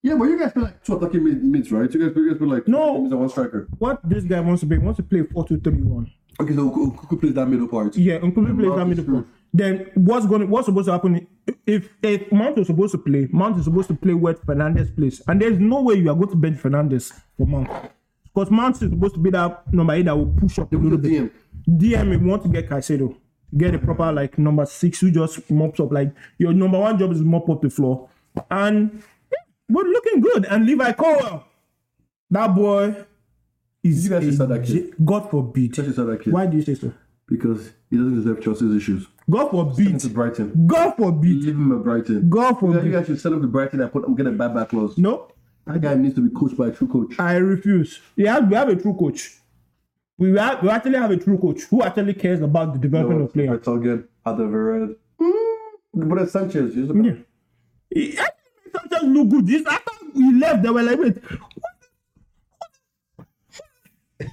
Speaker 1: Yeah, but you guys feel like two attacking mid, mids, right? You guys, you guys feel like
Speaker 2: No.
Speaker 1: two attacking mids and one striker.
Speaker 2: What this guy wants to play, he wants to play four two three one.
Speaker 1: Okay, so Okuku plays that middle part.
Speaker 2: Yeah, Nkunku plays
Speaker 1: Mount
Speaker 2: that
Speaker 1: is
Speaker 2: middle
Speaker 1: true.
Speaker 2: court. Then what's going to what's supposed to happen i- if if Mount is supposed to play, Mount is supposed to play where Fernandez plays, and there's no way you are going to bench Fernandez for Mount. Because Mount is supposed to be that number eight that will push up a
Speaker 1: Who's
Speaker 2: little
Speaker 1: the
Speaker 2: bit.
Speaker 1: DM?
Speaker 2: DM if you want to get Caicedo, get a proper like number six who just mops up. Like your number one job is mop up the floor, and yeah, we're looking good. And Levi Cowell, that boy is
Speaker 1: You guys should
Speaker 2: a
Speaker 1: start that
Speaker 2: ge- God forbid.
Speaker 1: Just that kid
Speaker 2: Why do you say so?
Speaker 1: because he doesn't deserve Chelsea's issues.
Speaker 2: God
Speaker 1: It's
Speaker 2: forbid.
Speaker 1: Brighton.
Speaker 2: God forbid.
Speaker 1: Leave him at Brighton. You
Speaker 2: God
Speaker 1: guys, you
Speaker 2: forbid.
Speaker 1: guys should sell him to Brighton and put him get a bad back clause.
Speaker 2: No,
Speaker 1: That guy needs to be coached by a true coach.
Speaker 2: I refuse. Yeah, we have a true coach. We have, we actually have a true coach who actually cares about the development of players.
Speaker 1: Vertonghen, Alderweireld. But it's Sanchez. You
Speaker 2: Yeah. He actually made Sanchez look good. This after he left, they were like, wait, what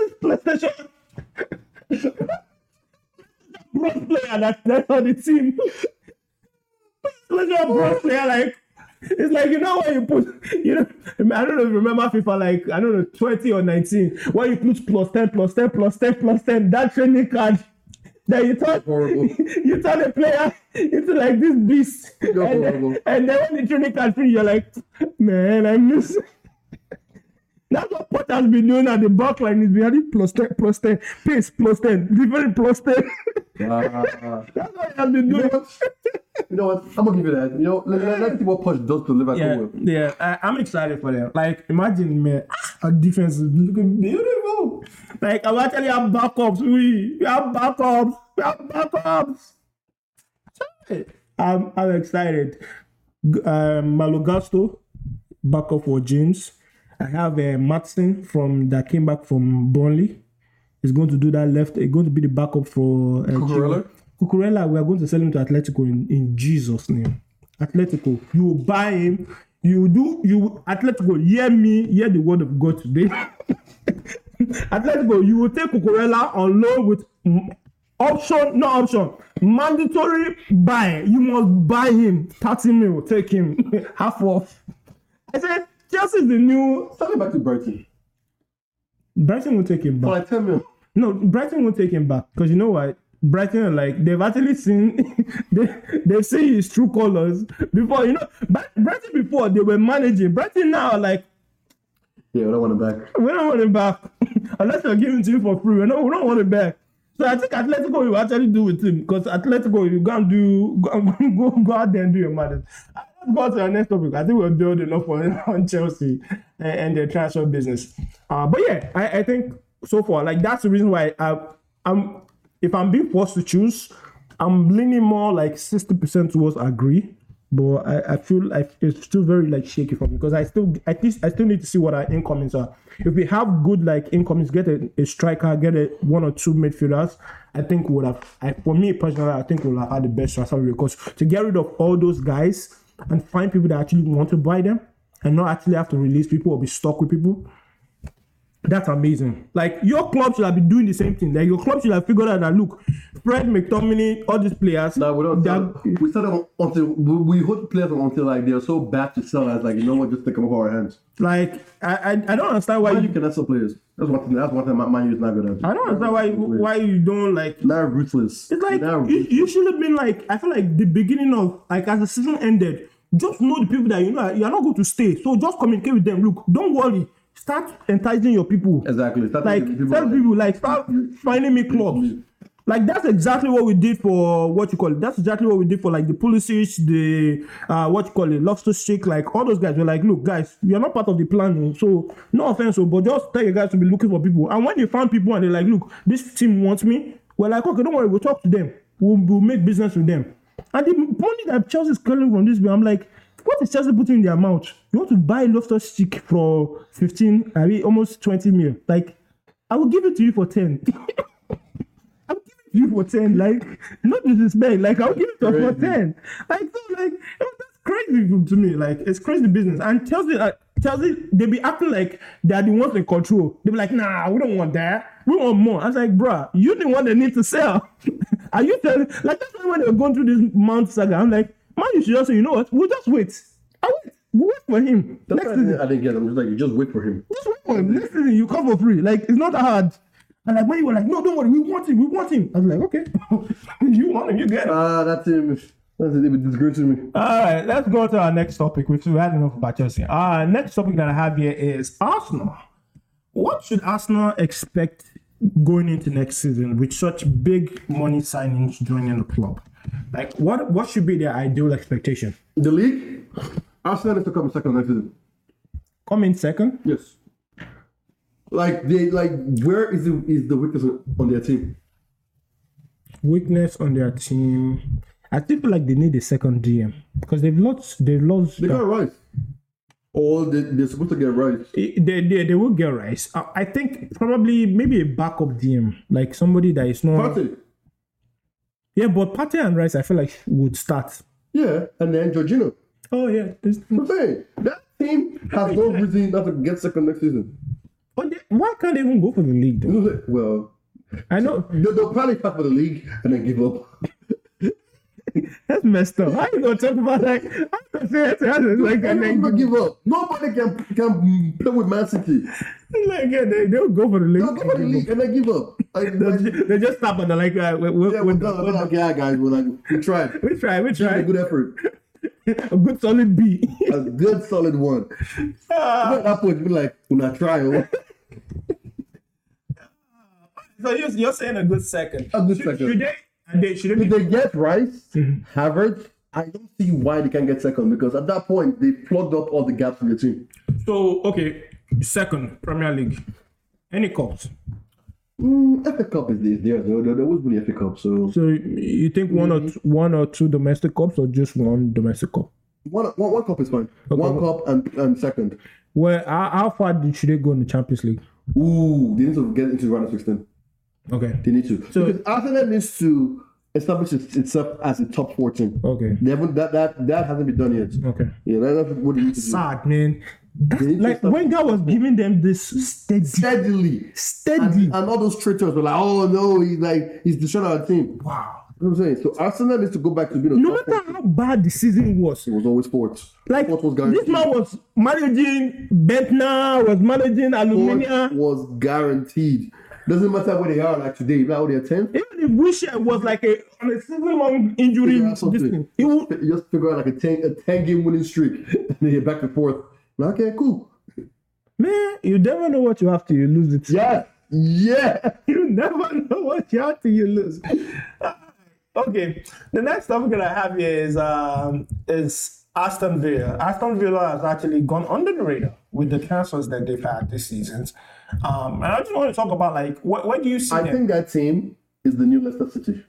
Speaker 2: is, what is, what is PlayStation? Bronze player that, that's on the team. PlayStation bronze player, like, it's like, you know, when you put, you know, I don't know if you remember FIFA, like, I don't know, 20 or 19, where you put plus 10, plus 10, plus 10, plus 10, that training card. That you thought
Speaker 1: Horrible.
Speaker 2: (laughs) you turn a player into like this beast.
Speaker 1: You're
Speaker 2: and,
Speaker 1: horrible.
Speaker 2: then, and then when the training card free, you're like, man, I miss. That's what Pot has been doing at the back line. He's been having plus 10, plus 10, pace, plus 10, delivery, plus 10.
Speaker 1: Ah.
Speaker 2: (laughs) That's what he has been doing.
Speaker 1: You know what? I'm gonna give you that. You know, let, let, let's see what Poch does to
Speaker 2: Yeah,
Speaker 1: Liverpool.
Speaker 2: yeah, I, I'm excited for them. Like, imagine, man, our defense is looking beautiful. Like, I'm actually have backups. We, we have backups. We have backups. I'm, I'm excited. G- Um, Malogasto, backup for James. I have uh, Matson from that came back from Burnley. He's going to do that left. He's going to be the backup for uh,
Speaker 1: Cucurella?
Speaker 2: Cucurella, we are going to sell him to Atletico in, in Jesus' name. Atletico, you will buy him. You will do you Atletico. Hear me. Hear the word of God today. (laughs) Atletico, you will take Cucurella on loan with mm, option, not option, mandatory buy. You must buy him. Thirty mil. Take him (laughs) half off. I said Chelsea is the new
Speaker 1: Sell him back to Brighton.
Speaker 2: Brighton will take him back.
Speaker 1: For like 10 mil.
Speaker 2: No, Brighton won't take him back because you know what? Brighton, like they've actually seen, (laughs) they they've seen his true colors before. You know, Bri- Brighton before they were managing. Brighton now, are like
Speaker 1: Yeah, I don't want him back.
Speaker 2: we don't want him back (laughs) unless you're giving to him for free. We don't, we don't want him back. So I think Atletico will actually do with him because Atletico, you go and do go, (laughs) go, go out there and do your madness. Uh, Let's go on to the next topic. I think we've built enough on, (laughs) on Chelsea and, and their transfer business. Uh, but yeah, I, I think so far like that's the reason why I, I'm if I'm being forced to choose, I'm leaning more like sixty percent towards agree But I, I feel I, it's still very like shaky for me because I still at least I still need to see what our incomings are. If we have good like incomings, get a, a striker, get a one or two midfielders, I think would have I, for me personally I think we'll have had the best transfer window because to get rid of all those guys and find people that actually want to buy them and not actually have to release people or be stuck with people. That's amazing. Like your club should have been doing the same thing. Like your club should have figured out that look, Fred McTominay, all these players.
Speaker 1: Now we don't.
Speaker 2: they
Speaker 1: Sell,
Speaker 2: are-
Speaker 1: we sell them until we, we hold players until like they're so bad to sell us. Like you know what, just take them off our hands.
Speaker 2: like I, I, I don't understand why
Speaker 1: Why you
Speaker 2: you,
Speaker 1: cannot sell players? That's one thing. That's one thing. My man is not good at.
Speaker 2: I don't understand why why you don't like.
Speaker 1: Now ruthless.
Speaker 2: It's like
Speaker 1: Now
Speaker 2: you, you should have been like I feel like the beginning of like as the season ended, just know the people that you know are- you are not going to stay. So just communicate with them. Look, don't worry. Start enticing your people.
Speaker 1: exactly. Start
Speaker 2: like
Speaker 1: making people
Speaker 2: tell people like start finding me clubs. Like that's exactly what we did for what you call it. That's exactly what we did for like the Pulisic, the uh what you call it, Lobster Shake, like all those guys were like, look, guys, you're not part of the plan, oh, so no offense, oh, but just tell you guys to be looking for people. And when they found people and they're like, look, this team wants me, we're like, okay, don't worry, we'll talk to them, we'll, we'll make business with them. And the money that Chelsea's calling from this, bill, I'm like, what is Chelsea putting in their mouth? You want to buy Loftus Cheek for 15, I mean, almost 20 mil. Like, I will give it to you for 10. I will give it to you for 10. Like, not disrespect. Like, I'll give it to you for 10. Like, so, like, oh, that's crazy to me. Like, it's crazy business. And Chelsea, uh, Chelsea, they be acting like they're the ones in control. They be like, nah, we don't want that. We want more. I was like, bruh, you the one that need to sell. (laughs) Are you telling? Like, that's why when they're going through this Mount saga, I'm like, man, you should just say, you know what? We'll just wait. I wait. We'll wait for him.
Speaker 1: That's
Speaker 2: Next
Speaker 1: what I
Speaker 2: season
Speaker 1: didn't- I didn't get. it. I'm just like you. Just wait for him.
Speaker 2: just wait for him. Next season, you come for free. Like, it's not that hard. And like, when you were like, no, don't worry, we want him, we want him. I was like, okay, (laughs) you want him, you get him.
Speaker 1: Ah, that's him. That's it. It was disgracing me.
Speaker 2: All right, let's go to our next topic. We've had enough about Chelsea. Our next topic that I have here is Arsenal. What should Arsenal expect going into next season with such big money signings joining the club? Like, what what should be their ideal expectation?
Speaker 1: The league. Arsenal needs to come second next season.
Speaker 2: Come in second.
Speaker 1: Yes. Like they like where is the is the weakness on their team?
Speaker 2: Weakness on their team. I think like they need a second DM because they've lost. They've lost.
Speaker 1: They got rice. Or they, they're supposed to get rice.
Speaker 2: It- they, they, they will get rice. I, I think probably maybe a backup DM, like somebody that is not.
Speaker 1: Party.
Speaker 2: Yeah, but Pate and Rice, I feel like would start.
Speaker 1: Yeah, and then Jorginho.
Speaker 2: Oh yeah, this,
Speaker 1: I'm saying that team has
Speaker 2: (laughs)
Speaker 1: no reason not to get second next season.
Speaker 2: but Oh, they, why can't they even go for the league? Though?
Speaker 1: You know, well,
Speaker 2: I know
Speaker 1: they'll, they'll probably fight for the league and then give up.
Speaker 2: that's messed up. How you gonna talk about like? I'm saying, like,
Speaker 1: They're
Speaker 2: and
Speaker 1: not
Speaker 2: then,
Speaker 1: gonna give up. Nobody can can play with Man City.
Speaker 2: like yeah, they they'll go for the
Speaker 1: They'll go for the
Speaker 2: league.
Speaker 1: league and then give up.
Speaker 2: (laughs)
Speaker 1: Like, like,
Speaker 2: They, they just stop and they're like, uh, we, we,
Speaker 1: yeah,
Speaker 2: we,
Speaker 1: we're done. We're like, yeah, guys, we're like, we tried.
Speaker 2: we try, we
Speaker 1: Had
Speaker 2: try.
Speaker 1: a good effort.
Speaker 2: A good solid B. (laughs)
Speaker 1: A good solid one. At that point, be like, when I try, oh,
Speaker 2: so you're, you're saying a good second.
Speaker 1: a good
Speaker 2: Should,
Speaker 1: second.
Speaker 2: should they? and they should they
Speaker 1: If
Speaker 2: be
Speaker 1: they get Rice,
Speaker 2: Mm-hmm.
Speaker 1: Havertz, I don't see why they can't get second because at that point they plugged up all the gaps in the team.
Speaker 2: So okay, second Premier League, any cups.
Speaker 1: Mm, FA Cup is this there though. There there was really FA Cup, so
Speaker 2: So you think one or
Speaker 1: Mm-hmm.
Speaker 2: two, one or two domestic cups or just one domestic cup?
Speaker 1: one, one, one cup is fine. One cup and, and second.
Speaker 2: Well, how, how far did, should they go in the Champions League?
Speaker 1: Ooh, they need to get into round of sixteen.
Speaker 2: Okay,
Speaker 1: They need to because Arsenal needs to establish it- itself as a top four team.
Speaker 2: okay,
Speaker 1: They haven't that that that hasn't been done yet.
Speaker 2: okay.
Speaker 1: Yeah, that- that's what they need to do.
Speaker 2: Sad man. That's-
Speaker 1: need to
Speaker 2: like
Speaker 1: stop.
Speaker 2: when God was giving them this steady,
Speaker 1: Steadily.
Speaker 2: steady.
Speaker 1: And, uh, and all those traitors were like, oh no, he's like he's destroying our team.
Speaker 2: wow.
Speaker 1: You know what I'm saying? So Arsenal needs to go back to being a
Speaker 2: No
Speaker 1: top four.
Speaker 2: matter how bad the season was,
Speaker 1: It was always sports.
Speaker 2: like
Speaker 1: sports was
Speaker 2: this
Speaker 1: guaranteed.
Speaker 2: man was managing Bentner, was managing Aluminium.
Speaker 1: Sports was guaranteed. Doesn't matter where they are like today, now they're 10th.
Speaker 2: Even if Wilshere was like a on a season long injury,
Speaker 1: Yeah,
Speaker 2: this thing,
Speaker 1: something.
Speaker 2: he would
Speaker 1: You just figure out like a 10, a 10 game winning streak. (laughs) and then you're back and forth. Like, okay, cool.
Speaker 2: Man, you never know what you have till you lose it.
Speaker 1: Yes. Yeah.
Speaker 2: (laughs) You never know what you have till you lose. (laughs) okay, the next topic that I have here is um is Aston Villa. Aston Villa has actually gone under the radar with the transfers that they've had this season. Um, and I just want to talk about like what what do you see?
Speaker 1: I
Speaker 2: there?
Speaker 1: think that team is the new Leicester City.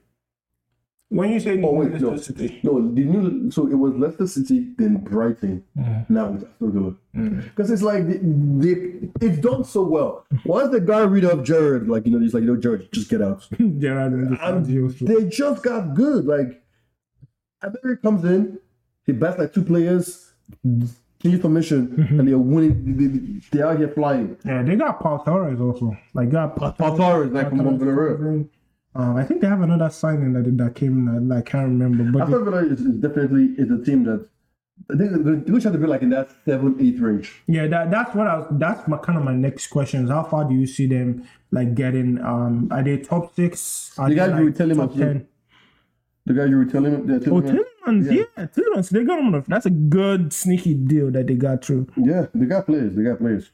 Speaker 2: When you say
Speaker 1: Oh wait,
Speaker 2: Leicester
Speaker 1: no,
Speaker 2: (laughs) City,
Speaker 1: no. The new so it was Leicester City then Brighton.
Speaker 2: Mm.
Speaker 1: Now it's Aston Villa because it's like the, the, it's done so well. Once they got rid of Jared, like you know, he's like you know, Jared, just get out.
Speaker 2: Gerard and the
Speaker 1: they just got good. Like Emery comes in, he bats like two players, change formation, and they're winning. They, they, they are here flying.
Speaker 2: Yeah, they got Paul Torres also. Like got Paul
Speaker 1: Paul Torres, like from Villarreal.
Speaker 2: Um, I think they have another signing that that came. in, I I can't remember, but
Speaker 1: Aston Villa is, is definitely is a team that I think they're going to be like in that seven, eight range.
Speaker 2: Yeah, that that's what I was, that's my kind of my next question is how far do you see them like getting? Um, are they top six? Are
Speaker 1: The guy
Speaker 2: they,
Speaker 1: you
Speaker 2: like,
Speaker 1: tell him
Speaker 2: top
Speaker 1: I'm saying. The guy you were telling him, they're
Speaker 2: Oh,
Speaker 1: telling him-
Speaker 2: Tillman's, yeah, Tillman's. They got him. on a- That's a good sneaky deal that they got through.
Speaker 1: yeah, the guy plays, the guy plays.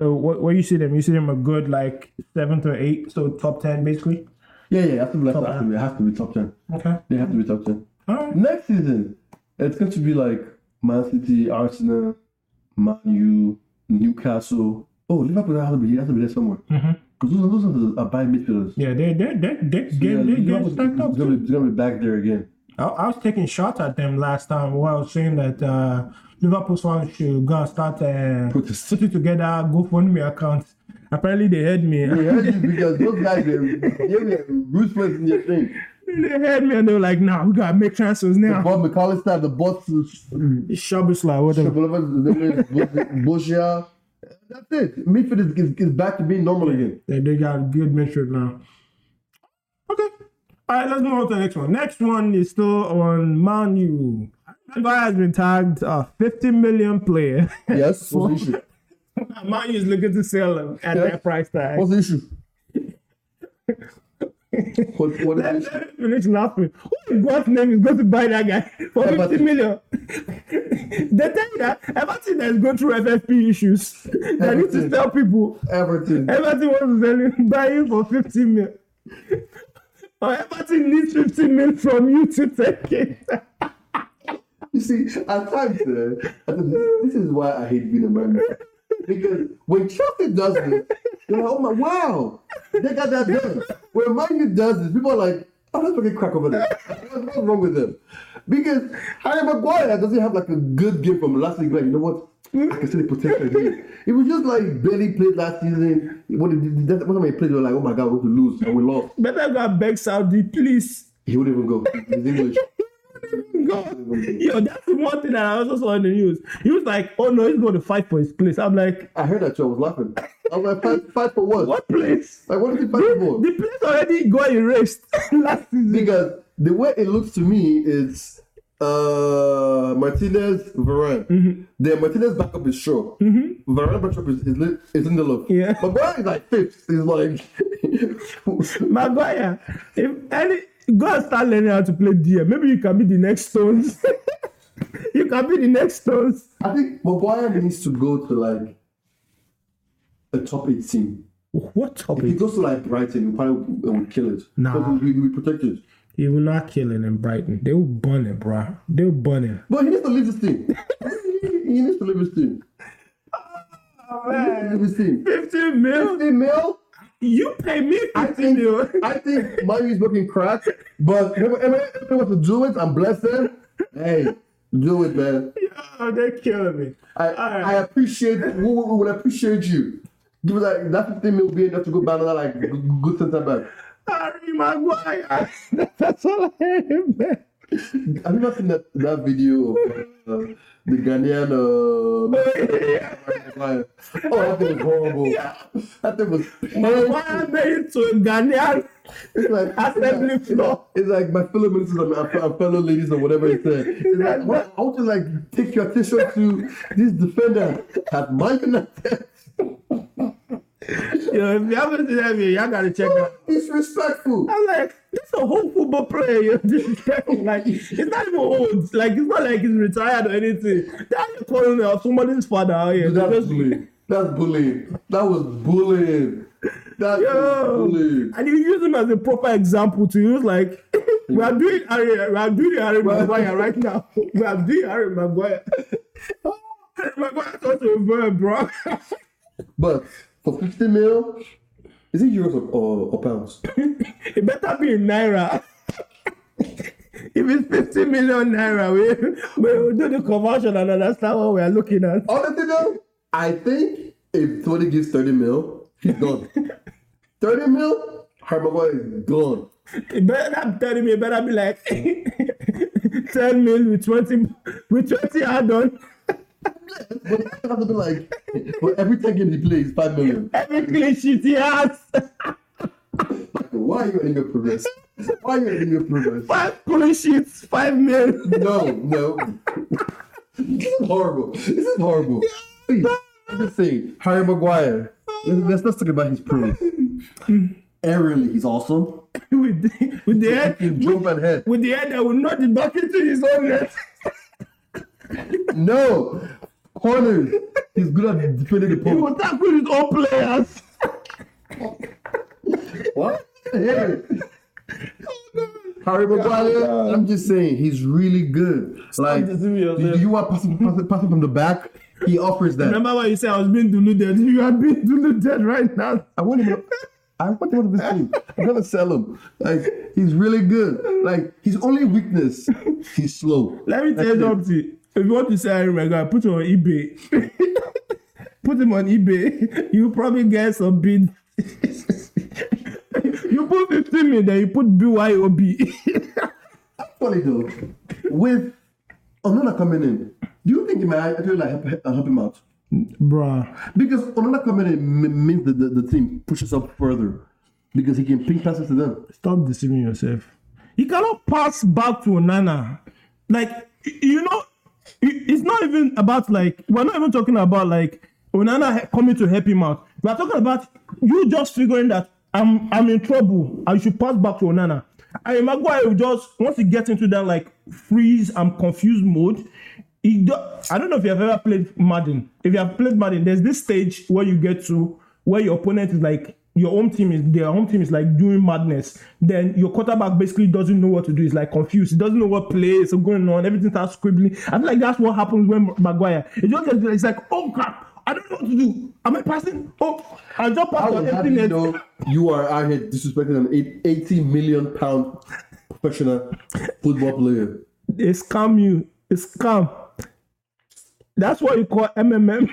Speaker 2: So what where you see them? You see them a good like seventh or eighth, so top ten basically.
Speaker 1: Yeah, yeah, Aston Villa has to be, has to be top ten.
Speaker 2: Okay.
Speaker 1: They have to be top ten.
Speaker 2: All right.
Speaker 1: Next season, it's going to be like Man City, Arsenal, Man U, Newcastle. Oh, Liverpool has to be, has to be there somewhere. Because those, those are, are by midfielders.
Speaker 2: Mm-hmm. Yeah, they they they they
Speaker 1: Yeah,
Speaker 2: get they get
Speaker 1: Liverpool's
Speaker 2: stacked
Speaker 1: gonna
Speaker 2: up. Too.
Speaker 1: be- gonna be back there again. (laughs)
Speaker 2: I, I was taking shots at them last time while I was saying that uh, Liverpool fans should go and start uh,
Speaker 1: Protest.
Speaker 2: putting together GoFundMe accounts. Apparently they heard me.
Speaker 1: They heard you because those guys they they were ruthless in their thing.
Speaker 2: (laughs) they heard me and they were like, nah, we gotta make transfers now.
Speaker 1: Bob McAllister, the boss,
Speaker 2: Shabusla, whatever.
Speaker 1: Bosia. That's it. Midfield is, is, is back to being normal again.
Speaker 2: They, they got good midfield now. Okay. All right, let's move on to the next one. Next one is still on Man U. That guy has been tagged a 50 million player. (laughs)
Speaker 1: Yes. What's the issue?
Speaker 2: Man U is looking to sell him at
Speaker 1: Yeah.
Speaker 2: that price tag.
Speaker 1: What's the
Speaker 2: (laughs)
Speaker 1: issue? What, what is the issue?
Speaker 2: Finish laughing. Who in God's name is going to buy that guy for
Speaker 1: Everton.
Speaker 2: 50 million? (laughs) they tell you that Everton has gone through FFP issues. they need to
Speaker 1: Everton.
Speaker 2: tell people
Speaker 1: Everton.
Speaker 2: Everton wants to sell him, (laughs) buy him for 15 mil. (laughs) Or Everton needs 15 mil from you to take it. (laughs)
Speaker 1: You see, at times, eh, at the- this is why I hate being a man. Because when Chelsea does this, they're like, oh my, wow, they got that done. When Man U does this, people are like, oh, let's fucking crack over there. What's wrong with them? Because Harry Maguire doesn't have like a good game from last week. Like, you know what? I can still protect him here. It was just like barely played last season. What did that one time he played, they were like, oh my god, we're gonna lose and we lost.
Speaker 2: Better go and beg Saudi, please.
Speaker 1: He wouldn't even go. He's English.
Speaker 2: God. (laughs) Yo, that's the one thing that I also saw in the news. He was like, oh no, he's going to fight for his place. I'm like,
Speaker 1: I heard that too. I was laughing. I was like, fight, fight for what?
Speaker 2: what place?
Speaker 1: Like, what is he
Speaker 2: The,
Speaker 1: fighting for?
Speaker 2: the place already got erased (laughs) last season.
Speaker 1: because the way it looks to me is uh Martinez Varane.
Speaker 2: Mm-hmm.
Speaker 1: Then Martinez backup is sure. Varane backup is is, li- is in the look.
Speaker 2: Yeah.
Speaker 1: Maguire is like fifth. He's like (laughs)
Speaker 2: Maguire, if any go and start learning how to play DM, maybe you can be the next Stones. (laughs) you can be the next Stones.
Speaker 1: I think Maguire needs to go to like a top eight team.
Speaker 2: What
Speaker 1: If he
Speaker 2: topic?
Speaker 1: goes to like Brighton, we probably will kill it.
Speaker 2: Nah.
Speaker 1: Because we, we protect it.
Speaker 2: He will not kill him in Brighton. They will burn him, bruh. They will burn him.
Speaker 1: But he needs to leave this
Speaker 2: (laughs)
Speaker 1: team. he he needs to leave his team.
Speaker 2: Oh,
Speaker 1: He needs to leave his team.
Speaker 2: 15 mil?
Speaker 1: Fifty mil?
Speaker 2: You pay me 15 mil. (laughs)
Speaker 1: I think Mayu is looking crack, but if I want to do it, I'm blessed them. Hey, do it, man.
Speaker 2: Yo, Oh, they're killing me.
Speaker 1: I,
Speaker 2: Alright.
Speaker 1: I appreciate we, we we would appreciate you. Give us like that 15 mil be enough to go buy another like g- g- good center back.
Speaker 2: Harry Maguire. (laughs) That's all I heard him, man.
Speaker 1: Have you not seen that, that video of uh, the Ghanaian uh, Oh, that thing was horrible. That thing was
Speaker 2: Why are they into Ghanaian (laughs)
Speaker 1: It's like,
Speaker 2: assembly floor?
Speaker 1: It's like my fellow ministers and my my fellow ladies or whatever it said. (laughs) It's like, why- I want you to like take your attention to this defender at my United.
Speaker 2: Yo, if you haven't seen that video, y'all gotta check it out.
Speaker 1: Disrespectful.
Speaker 2: I'm like, this a whole football player. You're disrespecting. (laughs) Like, it's not even old. Like, it's not like he's retired or anything. That's you calling out somebody's father out here. They're
Speaker 1: That's
Speaker 2: just-
Speaker 1: bullying. That's bullying. That was bullying. That
Speaker 2: Yo.
Speaker 1: was bullying.
Speaker 2: and you use him as a proper example to use. Like, (laughs) we are doing Harry, we are doing Harry Maguire right now. We are doing Harry Maguire. (laughs) Harry Maguire such a verb, bro. (laughs)
Speaker 1: But for 50 mil, is it euros or, or, or pounds?
Speaker 2: it better be in naira. (laughs) if it's 50 million naira, we, we will do the conversion and understand what we are looking at.
Speaker 1: Honestly, though, I think if Tony gives 30 mil, he's (laughs) gone. 30 mil, Harry Maguire is gone.
Speaker 2: It better not tell me, it better be like (laughs) 10 mil with 20 with 20 add on.
Speaker 1: But it doesn't have to be like, for every 10 games he plays, 5 million.
Speaker 2: Every clean sheet he has.
Speaker 1: Why are you ending your progress? Why are you ending your progress?
Speaker 2: Five clean sheets, five mil.
Speaker 1: No, no. this is horrible. This is horrible. Please, I'm just saying, Harry Maguire. Let's, let's- let's talk about his pros. Aerially, he's awesome.
Speaker 2: with, the, with the
Speaker 1: He
Speaker 2: head.
Speaker 1: jump and head.
Speaker 2: With the head that will not be back into his own net.
Speaker 1: No, corners. He's good at defending the
Speaker 2: He (laughs)
Speaker 1: post.
Speaker 2: will tackle his own players.
Speaker 1: What? Hey. Harry Maguire, I'm just saying, he's really good. Like,
Speaker 2: deceiving yourself.
Speaker 1: do you want passing, passing, passing from the back? He offers that.
Speaker 2: Remember what you said I was being deluded. You are being deluded right now.
Speaker 1: I want him. To, I want him to this team. I'm gonna sell him. Like, he's really good. Like, his only weakness, he's slow.
Speaker 2: Let me tell you something. If you want to sell him, my guy, put him on eBay. (laughs) put him on eBay. You probably get some bid. (laughs) you put 15 million, then you put BYOB.
Speaker 1: Funny though, with Onana coming in, do you think he might actually like help, uh, help him out?
Speaker 2: (laughs) Bruh.
Speaker 1: Because Onana coming in m- means that the, the team pushes up further because he can ping passes to them.
Speaker 2: Stop deceiving yourself. You cannot pass back to Onana. Like, y- you know, i- it's not even about like, we're not even talking about like Onana he- coming to help him out. We're talking about you just figuring that I'm I'm in trouble. I should pass back to Onana. And Maguire will just, once he gets into that like freeze, I'm confused mode, he do, I don't know if you have ever played Madden. If you have played Madden, there's this stage where you get to where your opponent is like your home team is their home team is like doing madness. Then your quarterback basically doesn't know what to do. He's like confused. He doesn't know what play is going on. Everything starts scribbling. I feel like that's what happens when Maguire. It just gets, it's like oh crap. I don't know what to do. Am I passing? Oh, I just
Speaker 1: I
Speaker 2: passed
Speaker 1: was
Speaker 2: on
Speaker 1: happy to
Speaker 2: everything.
Speaker 1: know you are out here disrespecting an eight- 80 million pound professional football player.
Speaker 2: They scam you. They scam. That's what you call MMM.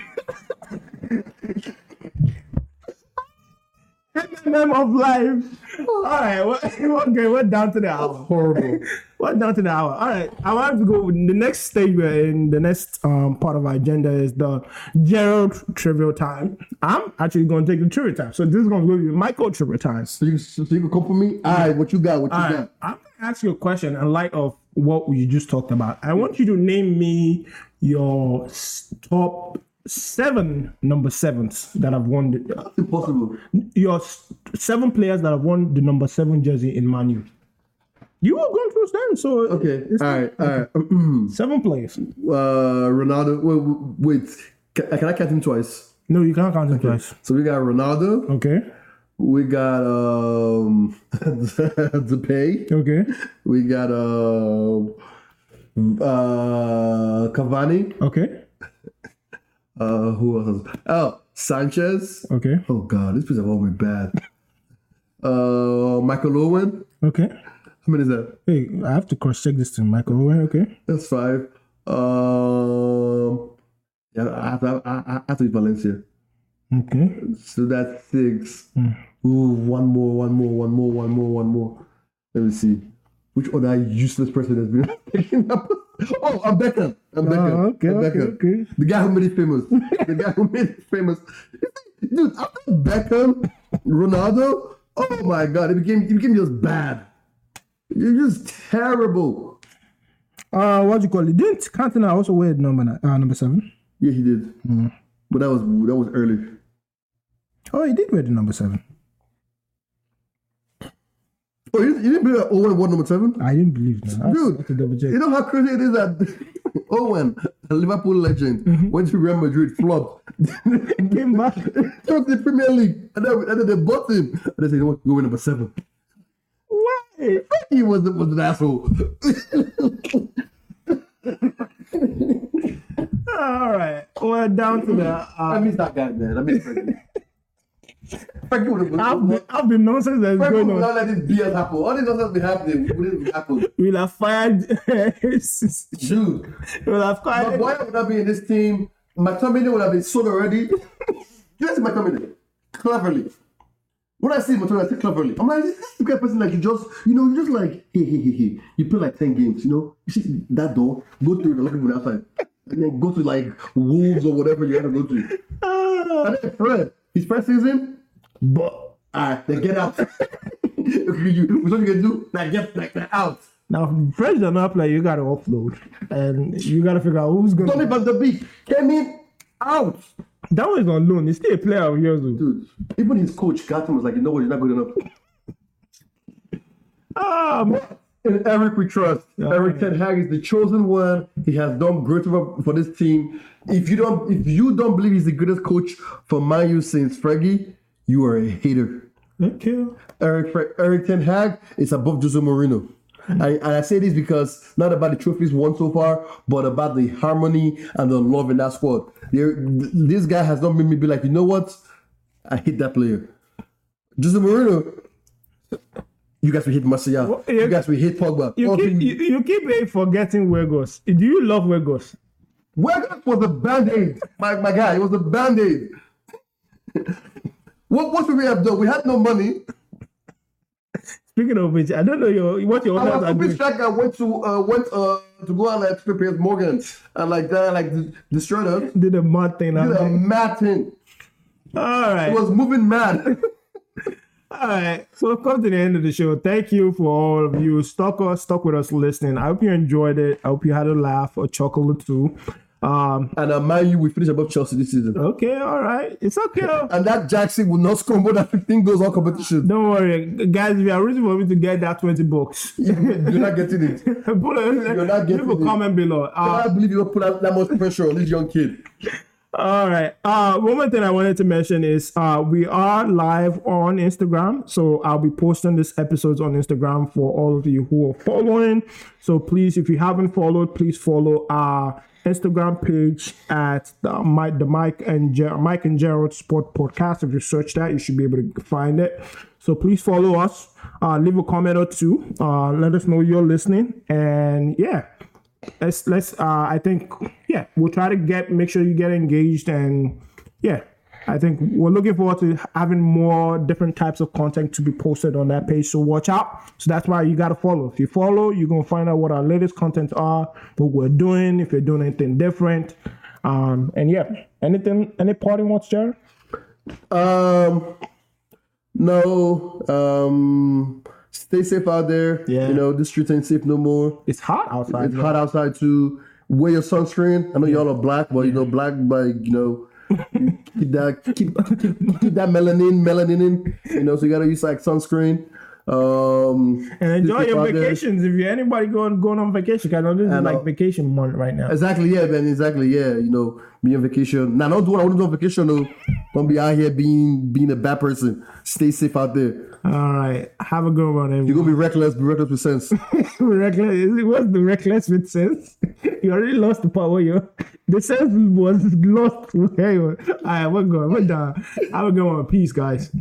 Speaker 2: MMM of life. All right, well, okay, we're down to the hour.
Speaker 3: Horrible.
Speaker 2: We're down to the hour. All right, I want to go. The next stage we're in, the next um, part of our agenda is the Gerald trivial time. I'm actually going to take the trivial time. So this is going to be Michael trivial time.
Speaker 1: So you, so you can come for me? All right, what you got? What you
Speaker 2: All right,
Speaker 1: got?
Speaker 2: I'm gonna ask you a question in light of what you just talked about. I want you to name me your s- top seven number sevens that have won the,
Speaker 1: It's impossible.
Speaker 2: your s- seven players that have won the number seven jersey in Manu. You were going through them, so
Speaker 1: Okay.
Speaker 2: it's
Speaker 1: All right. All right. Mm,
Speaker 2: seven players.
Speaker 1: Uh, Ronaldo. Wait, wait. Can, can I catch him twice?
Speaker 2: No, you can't count them twice.
Speaker 1: So we got Ronaldo.
Speaker 2: Okay,
Speaker 1: We got um, (laughs) Depay.
Speaker 2: okay,
Speaker 1: We got uh, uh, Cavani.
Speaker 2: okay,
Speaker 1: Uh, who else? Oh, Sanchez.
Speaker 2: okay,
Speaker 1: Oh God, this piece of all been bad. Uh, Michael Owen.
Speaker 2: okay.
Speaker 1: How many is that?
Speaker 2: Hey, I have to cross check this thing, Michael. Okay,
Speaker 1: That's five. Um, yeah, I have to, I, I I have to eat Valencia.
Speaker 2: okay.
Speaker 1: So that's six.
Speaker 2: Hmm.
Speaker 1: Ooh, one more, one more, one more, one more, one more. Let me see. Which other useless person has been (laughs) picking up? Oh, I'm Beckham. I'm Beckham.
Speaker 2: Ah, okay,
Speaker 1: I'm
Speaker 2: okay,
Speaker 1: Beckham.
Speaker 2: okay.
Speaker 1: The guy who made it famous. the guy who made it famous. Dude, after Beckham, Ronaldo, oh my god, it became it became just bad. You're just terrible.
Speaker 2: Uh, what do you call it? Didn't Cantona also wear number ni- uh, number seven?
Speaker 1: Yeah, he did. But that was that was early.
Speaker 2: Oh, he did wear the number seven.
Speaker 1: Oh, you, you didn't play that Owen one number seven?
Speaker 2: I didn't believe that. I
Speaker 1: Dude,
Speaker 2: have to double check.
Speaker 1: You know how crazy it is that (laughs) Owen, a Liverpool legend, went to Real Madrid, flopped, (laughs)
Speaker 2: Came back. (laughs)
Speaker 1: took the Premier League, and then, and then they bought him. And they said, you know what, go win number seven. (laughs)
Speaker 2: Why?
Speaker 1: He was, was an (laughs) asshole.
Speaker 2: All right, we're down to the.
Speaker 1: I
Speaker 2: Uh,
Speaker 1: (laughs) miss that guy, man. I miss that guy. Frankie would
Speaker 2: I've been,
Speaker 1: have.
Speaker 2: I've been nonsense that is
Speaker 1: Frankie would
Speaker 2: going
Speaker 1: not
Speaker 2: on.
Speaker 1: let this BS happen. All this nonsense be happening wouldn't be happening.
Speaker 2: We'll have fired. (laughs) we'll
Speaker 1: Dude,
Speaker 2: have
Speaker 1: but
Speaker 2: fired.
Speaker 1: why would I be in this team? McTominay would have been sold already. (laughs) Just McTominay, cleverly. When I see McTominay, I say cleverly. I'm like, this is the kind of person like you just, you know, you just like, hey, hey, hey, hey. You play like ten games, you know. You see that door, go through it, and look from the outside, and then go to like Wolves or whatever you have to go to.
Speaker 2: (laughs)
Speaker 1: And then Fred, his first season, but ah, then get out. (laughs) you, you, what's what you can do? Now get like that out.
Speaker 2: Now, fresh the map, like you gotta upload, and you gotta figure out who's gonna.
Speaker 1: Tommy Van Der Beek came in out.
Speaker 2: That one is on loan. He's still a player of yours. though.
Speaker 1: Dude, even his coach got him was like, you know what, you're not good enough.
Speaker 2: Ah, man.
Speaker 1: In Eric, we trust. Eric Ten Hag is the chosen one. He has done great work for this team. If you don't, if you don't believe he's the greatest coach for Man U since Fergie, you are a hater.
Speaker 2: okay.
Speaker 1: Eric Fre- Eric Ten Hag is above Jose Mourinho.
Speaker 2: Hmm.
Speaker 1: And, and I say this because not about the trophies won so far, but about the harmony and the love in that squad. There, th- this guy has not made me be like, you know what? I hate that player. Jose Mourinho, you guys will hate Martial.
Speaker 2: Well,
Speaker 1: you,
Speaker 2: you-
Speaker 1: guys will hate Pogba.
Speaker 2: You
Speaker 1: All
Speaker 2: keep
Speaker 1: three-
Speaker 2: you, you keep eh, forgetting Wegos. Do you love Wegos?
Speaker 1: Welbeck was a band-aid, my, my guy. It was a band-aid. (laughs) what, what should we have done? We had no money.
Speaker 2: Speaking of which, I don't know your what your owners
Speaker 1: Our
Speaker 2: are
Speaker 1: super
Speaker 2: doing.
Speaker 1: striker went to uh, went uh, to go and like strip his Morgan and like that like d- destroyed us.
Speaker 2: Did a mad thing.
Speaker 1: He
Speaker 2: I'm
Speaker 1: was a
Speaker 2: like,
Speaker 1: mad thing.
Speaker 2: All right.
Speaker 1: He was moving mad.
Speaker 2: All right, so we've come to the end of the show. Thank you for all of you stuck us, stuck with us listening. I hope you enjoyed it. I hope you had a laugh, a chuckle or two. Um,
Speaker 1: and I mind you, we finished above Chelsea this season.
Speaker 2: okay, all right, it's okay.
Speaker 1: And that Jackson will not score more than 15 goals on competition. (laughs)
Speaker 2: Don't worry, guys. If you are ready for me to get that twenty bucks,
Speaker 1: You're not getting it.
Speaker 2: (laughs) put
Speaker 1: You're not
Speaker 2: a,
Speaker 1: getting
Speaker 2: leave a
Speaker 1: it.
Speaker 2: comment below.
Speaker 1: I
Speaker 2: Uh,
Speaker 1: can't believe you put that, that much pressure on this young kid.
Speaker 2: all right. Uh, one more thing I wanted to mention is uh, we are live on Instagram, so I'll be posting this episodes on Instagram for all of you who are following. So please, if you haven't followed, please follow our Instagram page at the Mike, the Mike and Ger- Mike and Gerald Sport Podcast. If you search that, you should be able to find it. So please follow us. Uh, leave a comment or two. Uh, let us know you're listening, and yeah let's let's uh i think yeah we'll try to get make sure you get engaged and yeah i think we're looking forward to having more different types of content to be posted on that page so watch out so that's why you got to follow if you follow you're gonna find out what our latest contents are what we're doing if you're doing anything different um and yeah anything any parting what's there
Speaker 1: Um, no. Um, stay safe out there.
Speaker 2: Yeah.
Speaker 1: You know, this street ain't safe no more.
Speaker 2: it's hot outside
Speaker 1: It's hot outside too. Wear your sunscreen. I know y'all are black, but you know black, but you
Speaker 2: (laughs)
Speaker 1: know keep that keep, keep, keep that melanin melanin in. You know, so you gotta use like sunscreen. Um,
Speaker 2: and enjoy
Speaker 1: keep
Speaker 2: your
Speaker 1: out there.
Speaker 2: vacations if you're anybody going going on vacation because this is
Speaker 1: And, uh,
Speaker 2: like vacation month right now
Speaker 1: Exactly, yeah, man. Exactly, yeah. You know, be on vacation. Now, don't do what I want to do on vacation. Though, don't be out here being being a bad person. Stay safe out there.
Speaker 2: all right have a good one everyone
Speaker 1: You're gonna be reckless. Be reckless with sense.
Speaker 2: (laughs) reckless. It was the reckless with sense. (laughs) You already lost the power. You the (laughs) sense was lost. Hey, I we're going. We're done. Have a good one. Peace, guys.